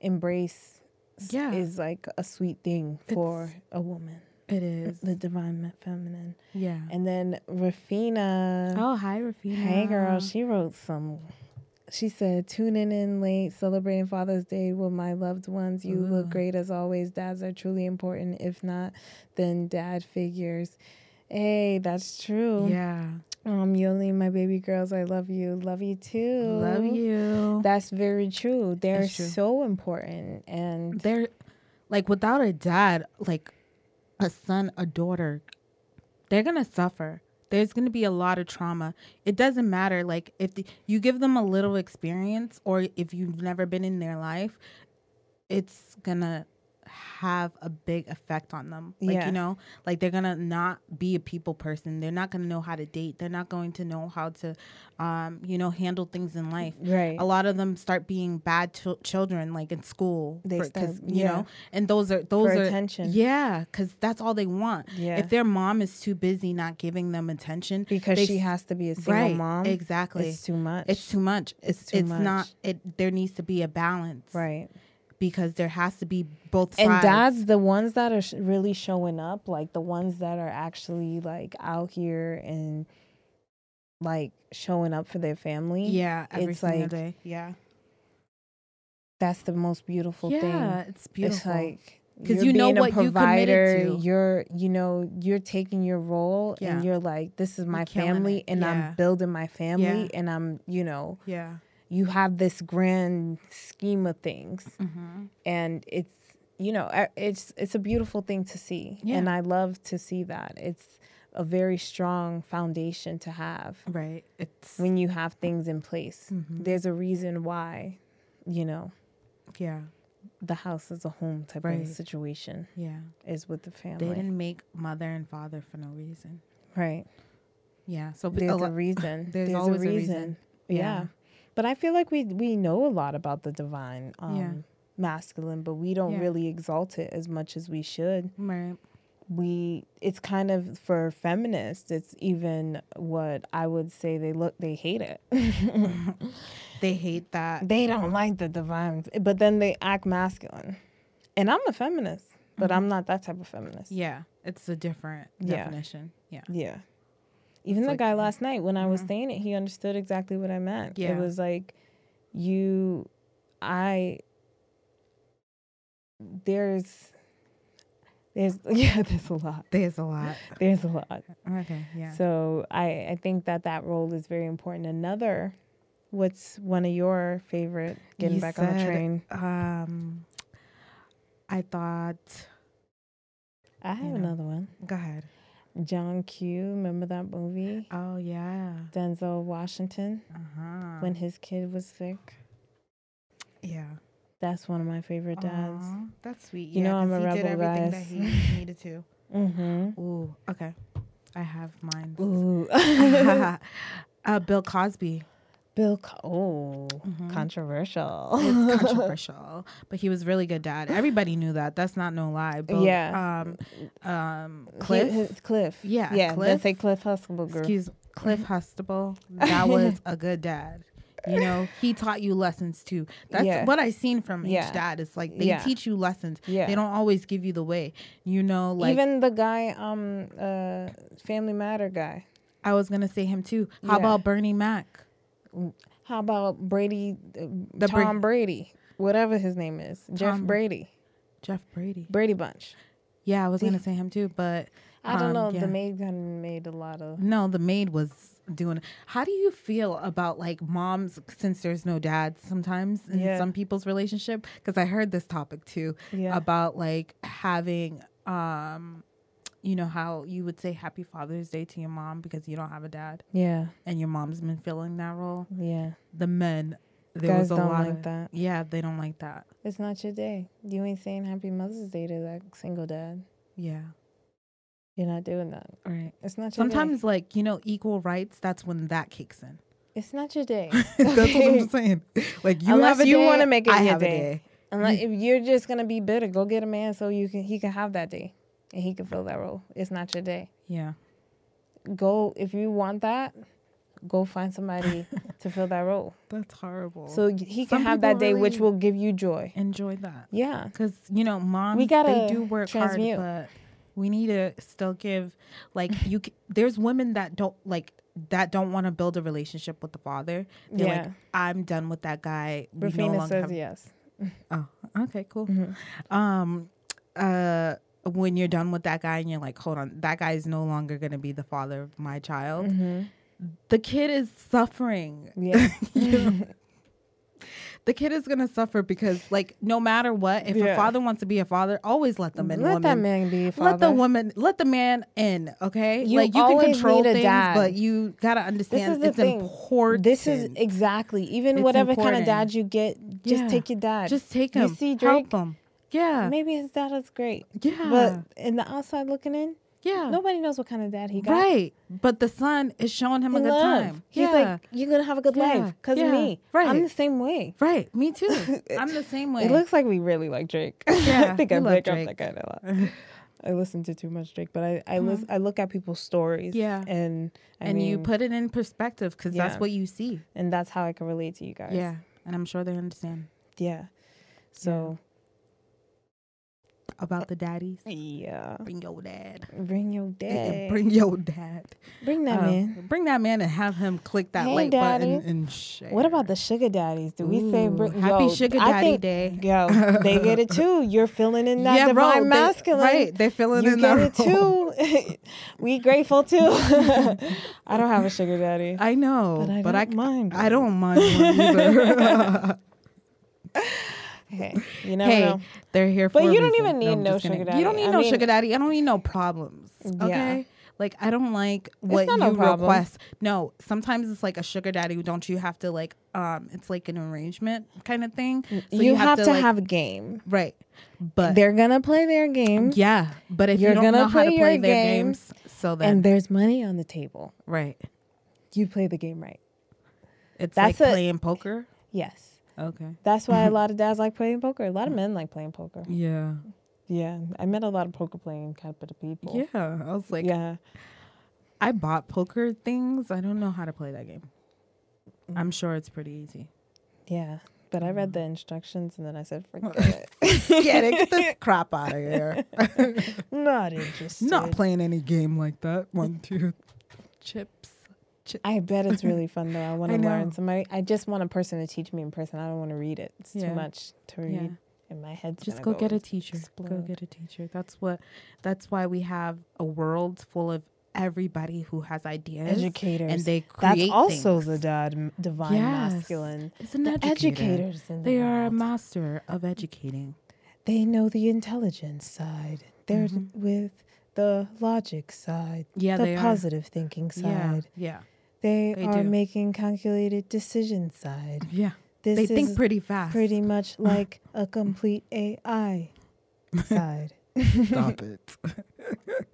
embrace s-
Yeah.
is like a sweet thing for
It's-
a woman,
It is.
the divine me- feminine.
Yeah.
And then Rafina,
Oh, hi, Rafina.
hey girl, she wrote some. She said, tuning in late, celebrating Father's Day with my loved ones. You look great as always. Dads are truly important. If not, then dad figures. Hey, that's true.
Yeah.
Um, Yoli, my baby girls, I love you. Love you too.
Love you.
That's very true. They're
That's true.
so important. And
They're like without a dad, like a son, a daughter, they're gonna suffer. There's gonna be a lot of trauma. It doesn't matter, like if the, you give them a little experience or if you've never been in their life, it's gonna have a big effect on them. Like
Yeah.
you know, like they're gonna not be a people person. They're not gonna know how to date. They're not going to know how to, um, you know, handle things in life.
right.
a lot of them start being bad chil- children like in school
They
for-
start-
you
yeah.
know and those are those are
attention.
yeah because that's all they want
Yeah.
if their mom is too busy not giving them attention
because
they
she
s-
has to be a single
right,
mom.
exactly
It's too much.
it's too much it's it's,
too
not
much.
it there needs to be a balance
right.
because there has to be both sides
And dads, the ones that are sh- really showing up, like the ones that are actually like out here and like showing up for their family.
yeah every
it's
single
like
day yeah
that's the most beautiful
yeah
thing.
it's beautiful
It's like
'Cause
you're
you know
being a
what you committed to.
You're, you know, you're taking your role,
Yeah.
and you're like, this is my
killing
family,
it.
and
Yeah.
I'm building my family,
Yeah.
and I'm, you know,
yeah
you have this grand scheme of things,
mm-hmm.
and it's you know I- it's it's a beautiful thing to see
Yeah.
and i love to see that it's a very strong foundation to have
right it's
when you have things in place
Mm-hmm.
there's a reason why you know
yeah
the house is a home type
Right.
of situation
yeah
is with the
they
family
didn't make mother and father for no reason
right
yeah so but a
there's
lo-
a reason
there's always a reason.
Yeah.
Yeah.
but i feel like we we know a lot about the divine um
Yeah.
masculine but we don't
Yeah.
really exalt it as much as we should
right
we it's kind of for feminists it's even what i would say they look they hate it
They hate that.
they don't like the divine but then they act masculine and i'm a feminist but i'm not that type of feminist
Yeah, it's a different
Yeah.
definition. Yeah.
yeah even
It's
the
like-
guy last night when i was saying it he understood exactly what i meant
Yeah.
it was like you i there's There's yeah, there's a lot.
There's a lot.
There's a lot.
Okay. Yeah.
So I I think that that role is very important. Another, what's one of your favorite getting
You
back on the
said,
train?
Um, I thought.
I have
you know.
another one.
Go ahead.
John Q. Remember that movie?
Oh yeah.
Denzel Washington
Uh huh.
when his kid was sick.
yeah.
That's one of my favorite dads.
Aw, that's sweet.
You
yeah,
know I'm a
'cause he
rebel,
did everything that
guys.
he needed to.
Mm-hmm.
Ooh. Okay. I have mine.
Ooh.
uh, Bill Cosby. Mm-hmm.
Bill. Co- oh, controversial.
It's controversial, but he was really good dad. Everybody knew that. That's not no lie. Bill,
Yeah.
Um, um,
Cliff.
Cliff.
Cliff.
Yeah,
Yeah.
Cliff.
Let's say Cliff Huxtable girl. Mm-hmm.
excuse Cliff Hustable. That was a good dad. You know, he taught you lessons too. That's
Yeah.
what I seen from
Yeah.
each dad. It's like they
Yeah.
teach you lessons.
Yeah.
They don't always give you the way. You know, like
Even the guy, um, uh, Family Matter guy.
I was gonna say him too. How
Yeah.
about Bernie Mac?
How about Brady, uh,
The Bra-
Tom Brady, whatever his name is, Jeff
Tom-
Brady,
Jeff Brady.
Brady Bunch.
Yeah, I was gonna say him too, but
I don't know.
um, yeah.
The maid kind of made a lot of.
No, the maid was doing. How do you feel about like moms since there's no dad sometimes in
Yeah.
some people's relationship? Because I heard this topic too
Yeah.
about like having, um, you know how you would say Happy Father's Day to your mom because you don't have a dad
Yeah,
and your mom's been filling that role.
yeah.
The men, there
Guys
was a
don't
lot
like
of
that.
Yeah, they don't like that.
It's not your day. You ain't saying Happy Mother's Day to that single dad.
Yeah,
You're not doing that.
right.
It's not your
Sometimes, like you know, equal rights. That's when that kicks in.
day. It's not your day.
That's what
Okay?
I'm saying. Like you
Unless
have a
you
day,
wanna make it
I
your
have a
day. Unless if you're just gonna be bitter, go get a man so you can he can have that day and he can fill that role. It's not your day.
Yeah.
Go if you want that, go find somebody to fill that role.
That's horrible.
So y- he can
Some
have that
people
day, which
really-
will give you joy.
enjoy that.
Yeah,
Cuz you know, moms
gotta
they do work
transmute.
hard, but we need to still give like you c- there's women that don't like that don't want to build a relationship with the father. They're like
Yeah.
I'm done with that guy. We no
Rafina
longer
says
have-
yes. Mm-hmm.
Oh, okay, cool. Um, uh, when you're done with that guy and you're like, hold on, that guy is no longer gonna be the father of my child. The kid is suffering.
Mm-hmm. Yeah.
You know? The kid is gonna suffer because, like, no matter what, if
Yeah.
a father wants to be a father, always let the man.
Let
woman,
that man be a
Let the
father.
woman. Let the man in. Okay.
You
like you can
always
control
need a
things,
dad.
but you gotta
This is
understand
the
it's
thing.
important.
This is exactly even
It's
whatever kind
important.
of dad you get, just
Yeah.
take your dad.
just take
You
him.
see Drake?
help him. Yeah.
Maybe his dad is great,
yeah.
but in the outside looking in,
yeah.
nobody knows what kind of dad he got.
Right. But the son is showing him
He
a good
love.
time.
He's
yeah.
like, you're gonna have a good
Yeah.
life because
Yeah.
of me.
Right.
I'm the same way.
right. Me too. I'm the same way.
It looks like we really like Drake.
Yeah,
I think
we
I
love
pick up
Drake. Uh-huh.
that guy a lot. I listen to too much Drake, but I I, lis- I look at people's stories.
Yeah.
and I
and you
mean,
put it in perspective because
Yeah.
that's what you see.
and that's how I can relate to you guys.
Yeah. And I'm sure they understand
yeah. So
about the daddies.
yeah,
Bring your dad.
bring your
Yeah,
dad. Bring,
Eh, Bring your dad.
that
Um,
man.
Bring that man and have him click that
Hey,
like button
daddy.
and share.
What about the sugar daddies? Do we say
Ooh,
bring,
happy
yo,
sugar
I
daddy
think-
day.
Yo, they get it too. You're feeling in that
yeah, bro,
divine
they-
masculine.
right. They're feeling
You
in
get
that
it
role.
too. we grateful too. I don't have a sugar daddy.
I know.
But I
but
don't mind
I don't mind one either.
Hey, you never
hey,
know.
they're here for.
But
a
you don't
reason.
even need
I'm
no
just kidding.
sugar
You don't
daddy.
need
I
no
mean-
sugar daddy. I don't need no problems.
Yeah.
Okay. Like I don't like what
not
you
no problem.
request. No, sometimes it's like a sugar daddy. Don't you have to like um? It's like an arrangement kind of thing. So
you, have, to
like-
have a game.
right, but
They're gonna play their game,
yeah, but if
You're
you don't
gonna
know how to
play
play
your
their
game,
games, so then
and there's money on the table.
right,
You play the game right.
it's
That's
like
a-
playing poker.
Yes,
Okay.
that's why a lot of dads like playing poker. A lot of men like playing poker.
Yeah.
Yeah, I met a lot of poker playing type of people.
Yeah. I was like,
yeah.
I bought poker things. I don't know how to play that game. I'm sure it's pretty easy.
Yeah. But I read the instructions and then I said, Mm. forget it.
Get it, this crap out of here.
Not interested.
Not playing any game like that. One, two, chips. Chi-
I bet it's really fun though. I want
I
to
know.
learn somebody. I just want a person to teach me in person. I don't want to read it. It's
Yeah.
too much to read.
Yeah.
and my head's
just go,
gonna
get a teacher go
explode.
get a teacher that's what that's why we have a world full of everybody who has ideas
educators.
and they create
That's also the
things.
di- divine
Yes.
masculine.
it's an
The
educator.
educators in the
they are a
world.
master of educating
They know the intelligence side. They're with the logic side.
Mm-hmm. Yeah,
the
they are.
positive thinking
yeah
side.
yeah
They,
They
are
do.
making calculated decision side.
yeah
This
they
is
think pretty fast
pretty much like a complete AI side.
stop it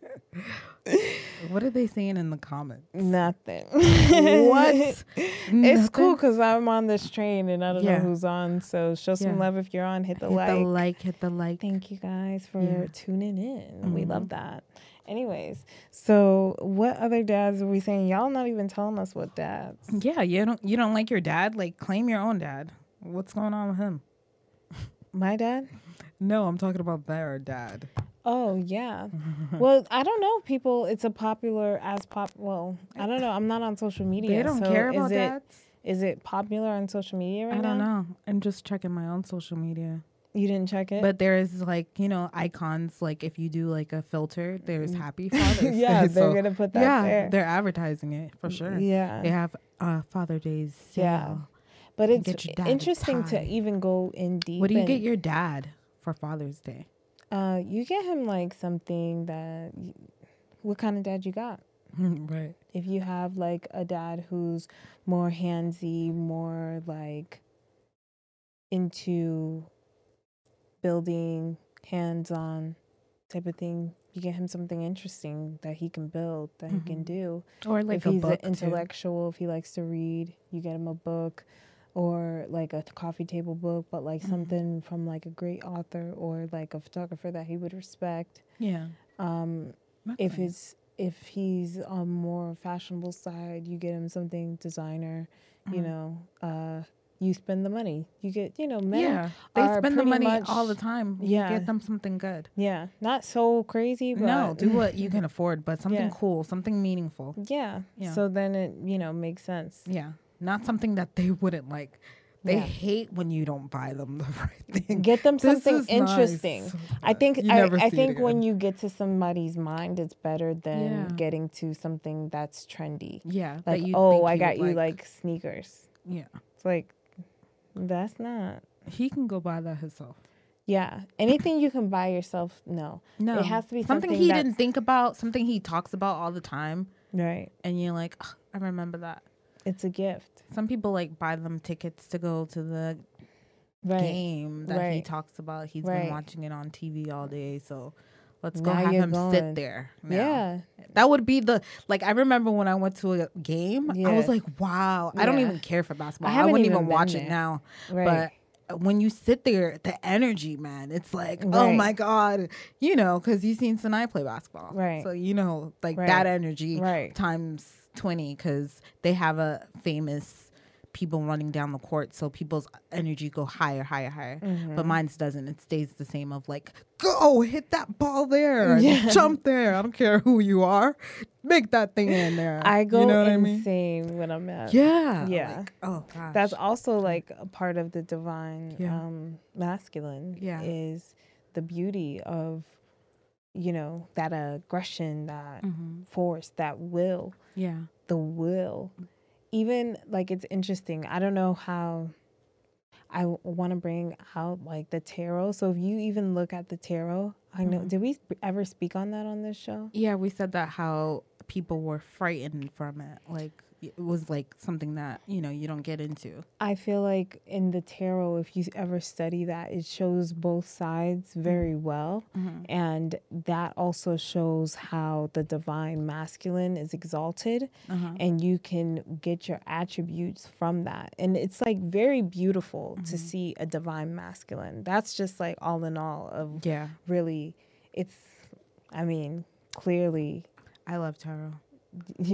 what are they saying in the comments
Nothing.
what
It's cool because I'm on this train and I don't
Yeah.
know who's on. So show some
Yeah.
love if you're on. Hit the
hit
like.
the like hit the like
Thank you guys for
Yeah. Mm-hmm.
tuning in. We love that. Anyways, so what other dads are we saying? Y'all not even telling us what dads.
yeah you don't you don't like your dad like claim your own dad what's going on with him
My dad?
No, I'm talking about their dad.
Oh yeah. well, I don't know, people. It's a popular as pop. Well, I don't know. I'm not on social media.
they don't
so
care
is
about
it-
dads.
Is it popular on social media right
I
now?
don't know. I'm just checking my own social media.
You didn't check it.
But there is like, you know, icons. Like if you do like a filter, there's happy fathers.
Mm. yeah,
Day,
they're
so-
gonna put that
yeah,
there.
they're advertising it for sure.
Yeah.
They have uh, Father Days sale.
Yeah. But
and
it's
get your dad a
interesting
tie.
to even go in deep.
What do you
and-
get your dad for Father's Day?
Uh, you get him like something that. y- What kind of dad you got?
right.
If you have like a dad who's more handsy, more like into building hands on type of thing, you get him something interesting that he can build, that he can
Mm-hmm.
do.
Or like
if
a
he's an
book. too.
intellectual, if he likes to read, you get him a book or like a coffee table book, but
Mm-hmm.
like something from like a great author or like a photographer that he would respect
Yeah.
um
That's
if
nice.
it's if he's on more fashionable side you get him something designer you
Mm-hmm.
know uh you spend the money you get you know men
yeah, they
are
spend the
pretty
money
much-
all the time.
yeah.
you get them something good.
yeah not so crazy but
No, do what you can afford, but something
Yeah.
cool, something meaningful.
yeah.
Yeah.
so then it you know makes sense
Yeah, not something that they wouldn't like. They
Yeah.
hate when you don't buy them the right thing.
get them
This
something
is nice,
interesting i
but
think
you
i,
never see
I
it
think when
again.
you get to somebody's mind it's better than
Yeah.
getting to something that's trendy
yeah, that
like
you
oh
think
i
he
got
would
you like sneakers
yeah,
it's like that's not
he can go buy that himself.
Yeah, anything you can buy yourself, no.
No,
it has to be
something,
something,
he
that's-
didn't think about, something he talks about all the time,
Right,
and you're like, "Ugh, I remember that.
it's a gift.
Some people like buy them tickets to go to the
Right,
game that he
Right.
talks about. He's been
Right.
watching it on TV all day, so let's go
Now
have
you're
him sit
going.
there. now.
yeah,
That would be the like I remember when I went to a game, I
Yeah.
was like, wow, I don't
Yeah.
even care for basketball.
I
I,
haven't
wouldn't
even
even watch
been
it
there.
now.
right,
But when you sit there, the energy, man, it's like, oh
Right.
my God, you know, because you've seen Sinai play basketball.
Right.
So, you know, like
Right.
that energy
Right.
times 20 because they have a famous people running down the court. So people's energy go higher, higher, higher. But mine's doesn't. It stays the same of like, go hit that ball there, and
Yeah.
jump there. I don't care who you are. Make that thing in there.
I go
you know what I mean?
insane when I'm at.
Yeah.
Yeah.
Like, oh, gosh.
that's also like a part of the divine
Yeah.
um, masculine.
Yeah.
is the beauty of, you know, that aggression, that
Mm-hmm.
force, that will.
yeah.
the will
Mm.
even like it's interesting i don't know how i want to bring out like the tarot so if you even look at the tarot i
Mm-hmm.
know did we sp- ever speak on that on this show
Yeah, we said that how people were frightened from it. Like it was like something that, you know, you don't get into.
i feel like in the tarot if you ever study that it shows both sides very well and that also shows how the divine masculine is exalted
Uh-huh.
and you can get your attributes from that and it's like very beautiful to see a divine masculine that's just like all in all of
Yeah.
really it's i mean clearly
I love tarot.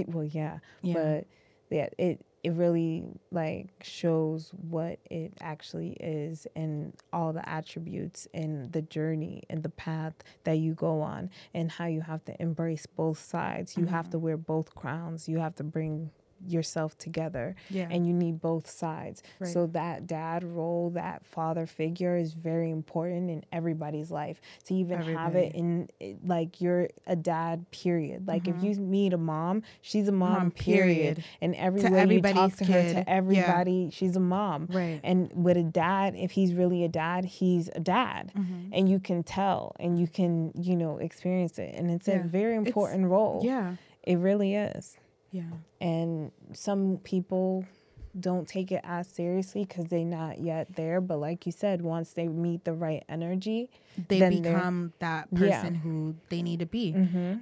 well yeah,
Yeah.
but yeah it it really like shows what it actually is and all the attributes and the journey and the path that you go on and how you have to embrace both sides you have to wear both crowns you have to bring yourself together
Yeah.
and you need both sides.
Right.
So that dad role, that father figure is very important in everybody's life to even have it
Everybody.
in it- like you're a dad period. Like if you meet a mom, she's a mom,
Mm-hmm. Mom,
period.
period.
And every
To
way you talk
everybody's
to
kid.
her
Yeah.
to everybody, she's a mom.
Right.
And with a dad, if he's really a dad, he's a dad.
Mm-hmm.
And you can tell and you can, you know, experience it. And it's
Yeah.
a very
It's-
important role.
yeah.
It really is
Yeah.
and some people don't take it as seriously because they're not yet there but like you said once they meet the right energy
They
then they're-
become that
Yeah. Mm-hmm.
person who they need to be.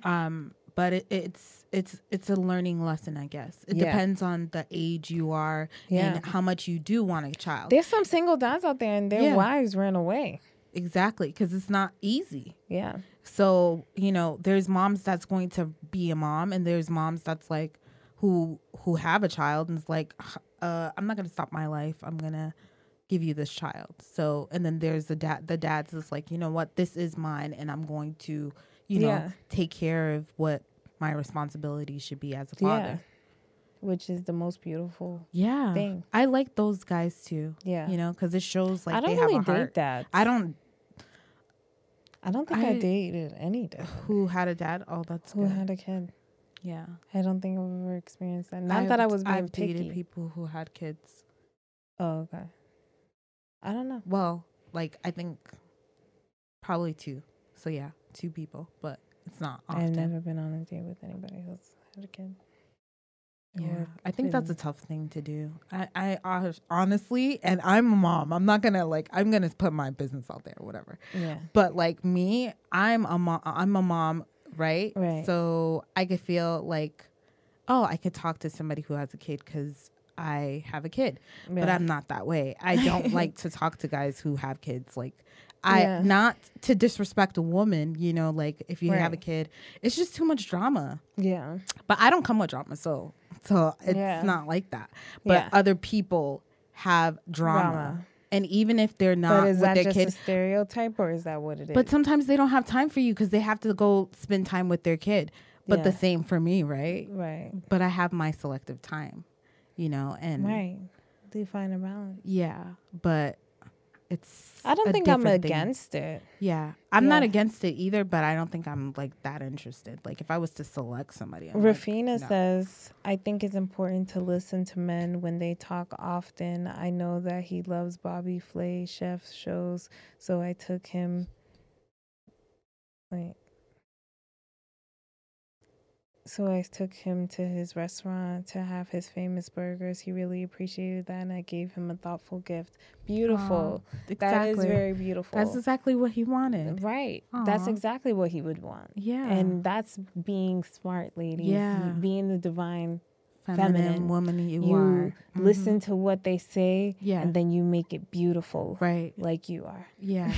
Um, but it, it's it's it's a learning lesson, I guess. It
Yeah.
depends on the age you are
Yeah.
and how much you do want a child.
there's some single dads out there and their
Yeah.
wives ran away
exactly, because it's not easy.
yeah
So, you know, there's moms that's going to be a mom and there's moms that's like who who have a child and it's like "Ugh, uh I'm not going to stop my life. I'm going to give you this child. So, and then there's the dad the dad's is like, "You know what? This is mine and I'm going to, you know,
Yeah.
take care of what my responsibility should be as a
yeah
father."
which is the most beautiful
Yeah.
Thing.
I like those guys too.
Yeah.
Uh, You know, cuz it shows like
i don't
they have
really
a heart.
date dads
I don't
i don't think i,
I-
dated any dad
who had a dad. Oh, that's
who
good.
had a kid
yeah.
i don't think i've ever experienced that not that i
I've-
was being
I've
picky
dated people who had kids.
oh okay i don't know
Well, like I think probably two. So yeah, two people, but it's not
i've
often.
never been on a date with anybody who's had a kid Or
yeah, I think that's a
been-
tough thing to do. I, I hon- honestly, and I'm a mom. I'm not gonna like. I'm gonna put my business out there, whatever.
yeah
But like me, I'm a mom. I'm a mom, right?
Right.
So I could feel like, oh, I could talk to somebody who has a kid because I have a kid. But
Yeah.
I'm not that way. I don't like to talk to guys who have kids. Like, I
Yeah.
not to disrespect a woman. You know, like if you have
Right.
a kid, it's just too much drama.
yeah
But I don't come with drama, so so it's
Yeah.
not like that. But
Yeah.
other people have drama.
Drama.
And even if they're not
But is
with
that
their
just
kid,
a stereotype, or is that what it is?
but sometimes they don't have time for you because they have to go spend time with their kid. But the
Yeah.
same for me, right?
right,
But I have my selective time, you know, and
right. They find a balance.
yeah, but it's.
I don't
a
think I'm
different thing.
against it.
Yeah, I'm not
Yeah.
against it either, but I don't think I'm like that interested. Like if I was to select somebody, I'm like,
Rafina
no.
says, I think it's important to listen to men when they talk often. I know that he loves Bobby Flay chef shows, so I took him. Wait. So I took him to his restaurant to have his famous burgers. He really appreciated that, and I gave him a thoughtful gift. Beautiful. That is
exactly.
very beautiful.
That's exactly what he wanted.
right. That's
Aw.
exactly what he would want.
Yeah,
And that's being smart, ladies. You-
Yeah.
Being the divine.
feminine,
feminine.
woman you,
You
are.
listen to what they say
Mm-hmm. Yeah.
and then you make it beautiful
Right.
like you are.
Yeah.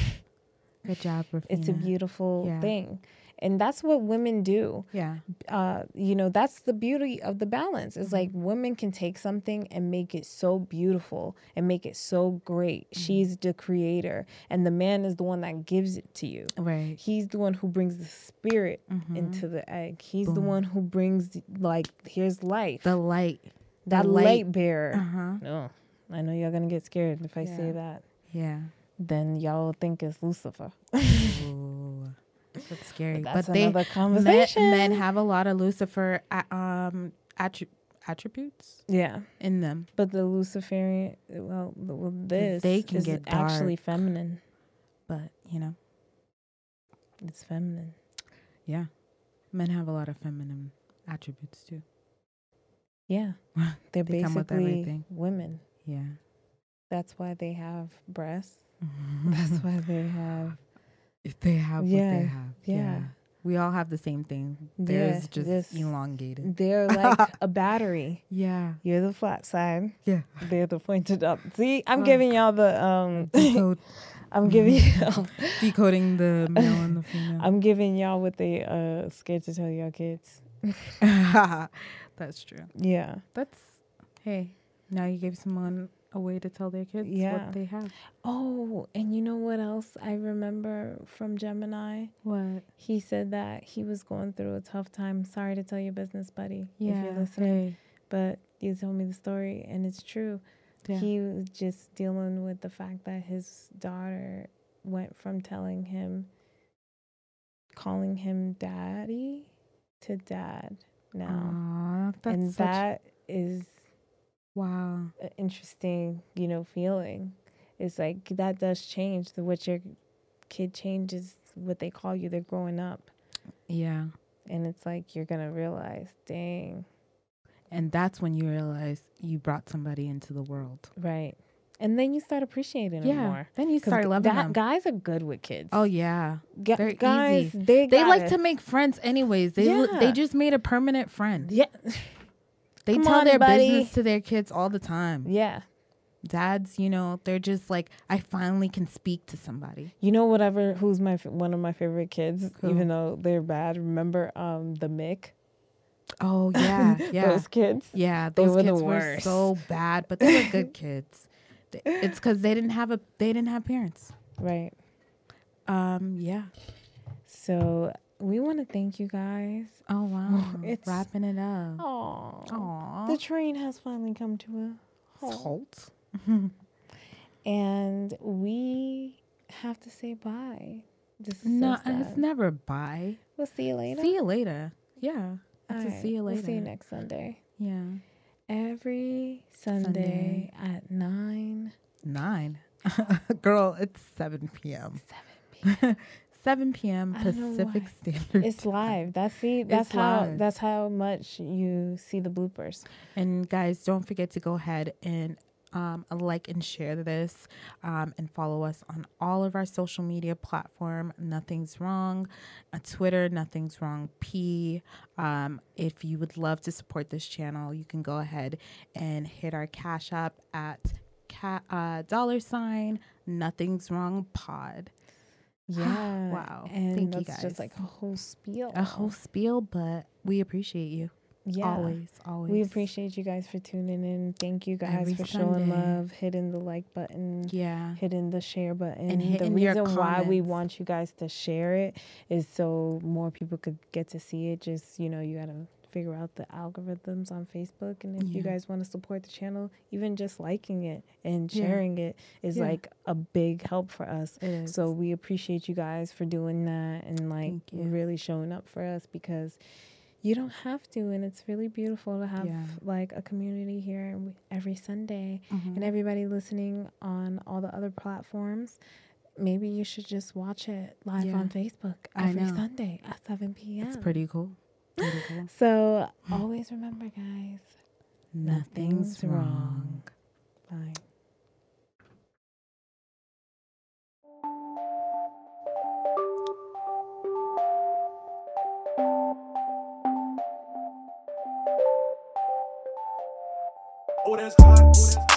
Good job, Rafina.
It's a beautiful
Yeah.
thing. And that's what women do.
Yeah.
Uh, you know, that's the beauty of the balance. It's like
Mm-hmm.
women can take something and make it so beautiful and make it so great.
Mm-hmm.
She's the creator, and the man is the one that gives it to you.
Right.
He's the one who brings the spirit
Mm-hmm.
into the egg. He's the one who brings like here's life.
The light.
that
the
light,
light-
bearer.
Uh huh.
No, I know y'all gonna get scared if I
Yeah.
say that.
Yeah.
Then y'all think it's Lucifer.
Ooh, that's scary.
That's
but they
another
men,
conversation.
men have a lot of Lucifer a- um attri- attributes
yeah,
in them.
but the Luciferian, well, the- well this
they can
is
get
actually feminine.
But you know,
It's feminine.
yeah, men have a lot of feminine attributes too.
Yeah, they're
They come with
basically
everything.
women.
Yeah,
That's why they have breasts. That's why they have
If they have what
Yeah,
they have.
yeah.
we all have the same thing. Theirs
Yeah,
just
this- Mm.
elongated.
They're like a battery.
Yeah,
You're the flat side.
yeah.
They're the pointed up. See, I'm giving y'all the um.
Decode,
I'm giving y'all.
decoding the male and the female.
I'm giving y'all what they uh scared to tell y'all kids.
That's true.
Yeah.
That's hey. Now you gave someone a way to tell their kids
Yeah.
what they have.
Oh, and you know what else I remember from Gemini?
What?
He said that he was going through a tough time. Sorry to tell your business, buddy. If
Yeah.
you're listening,
hey,
But you told me the story, and it's true.
Yeah.
He was just dealing with the fact that his daughter went from telling him, calling him daddy, to dad now.
Aw, that's
um, and
such,
that is
wow.
an interesting, you know, feeling. It's like that does change. The what your kid changes, what they call you, they're growing up,
Yeah.
and it's like you're gonna realize, dang,
And that's when you realize you brought somebody into the world.
right. And then you start appreciating them more.
Then you
'Cause
start
gu-
loving
that-
them.
Guys are good with kids.
oh yeah.
Gu-
they're
guys,
easy.
they
They like
gotta-
to make friends anyways. They l-
Yeah.
they just made a permanent friend.
yeah,
They
Come
tell
on,
their
buddy.
business to their kids all the time.
yeah.
Dads, you know, they're just like, I finally can speak to somebody.
You know, whatever. Who's my f- one of my favorite kids?
Who?
Even though they're bad, remember um the Mick?
Oh yeah, yeah.
Those kids.
Yeah,
They
those
were the
kids were
worst.
so bad, but they were good kids. Th- It's because they didn't have a they didn't have parents.
Right.
Um, yeah.
So we want to thank you guys.
Oh wow,
It's-
wrapping it up.
Oh. The
Aww.
train has finally come to a halt.
Halt.
And we have to say bye. This is
No,
so sad.
it's never bye.
We'll see you later.
See you later. Yeah. That's a
Alright,
see you later.
We'll see you next Sunday.
Yeah.
Every Sunday, at 9.
Nine. Girl, it's seven p.m.
7 p.m.
Seven, p.m.
I don't know
Pacific
why.
Standard.
It's live. That's see. That's how.
live.
That's how much you see the bloopers.
And guys, don't forget to go ahead and um, like and share this um, and follow us on all of our social media platform. Nothing's wrong. Uh, Twitter, nothing's wrong. P. Um, if you would love to support this channel, you can go ahead and hit our cash app at ca- uh, dollar sign nothing's wrong pod.
Yeah.
Wow.
And
Thank you
that's just
guys.
like a whole spiel.
A whole spiel, but we appreciate you
yeah.
always. Always,
We appreciate you guys for tuning in. Thank you guys
Every
for showing
Sunday.
love, hitting the like button,
Yeah.
hitting the share button.
And
the
hitting your
reason why we
comments.
want you guys to share it is so more people could get to see it. Just, you know, you got to figure out the algorithms on Facebook. And if you
Yeah.
guys want to support the channel, even just liking it and
Yeah.
sharing it is
Yeah.
like a big help for us.
It is.
So we appreciate you guys for doing that and like
Thank you.
really showing up for us because you don't have to and it's really beautiful to have
Yeah.
like a community here and we- every Sunday
Mhm.
and everybody listening on all the other platforms. Maybe you should just watch it live
Yeah.
on Facebook
I
every
know.
Sunday at 7 p.m.
It's pretty cool. Pretty cool.
so always remember, guys.
Nothing's wrong.
Bye.
Oh, that's hot. Oh, that's hot.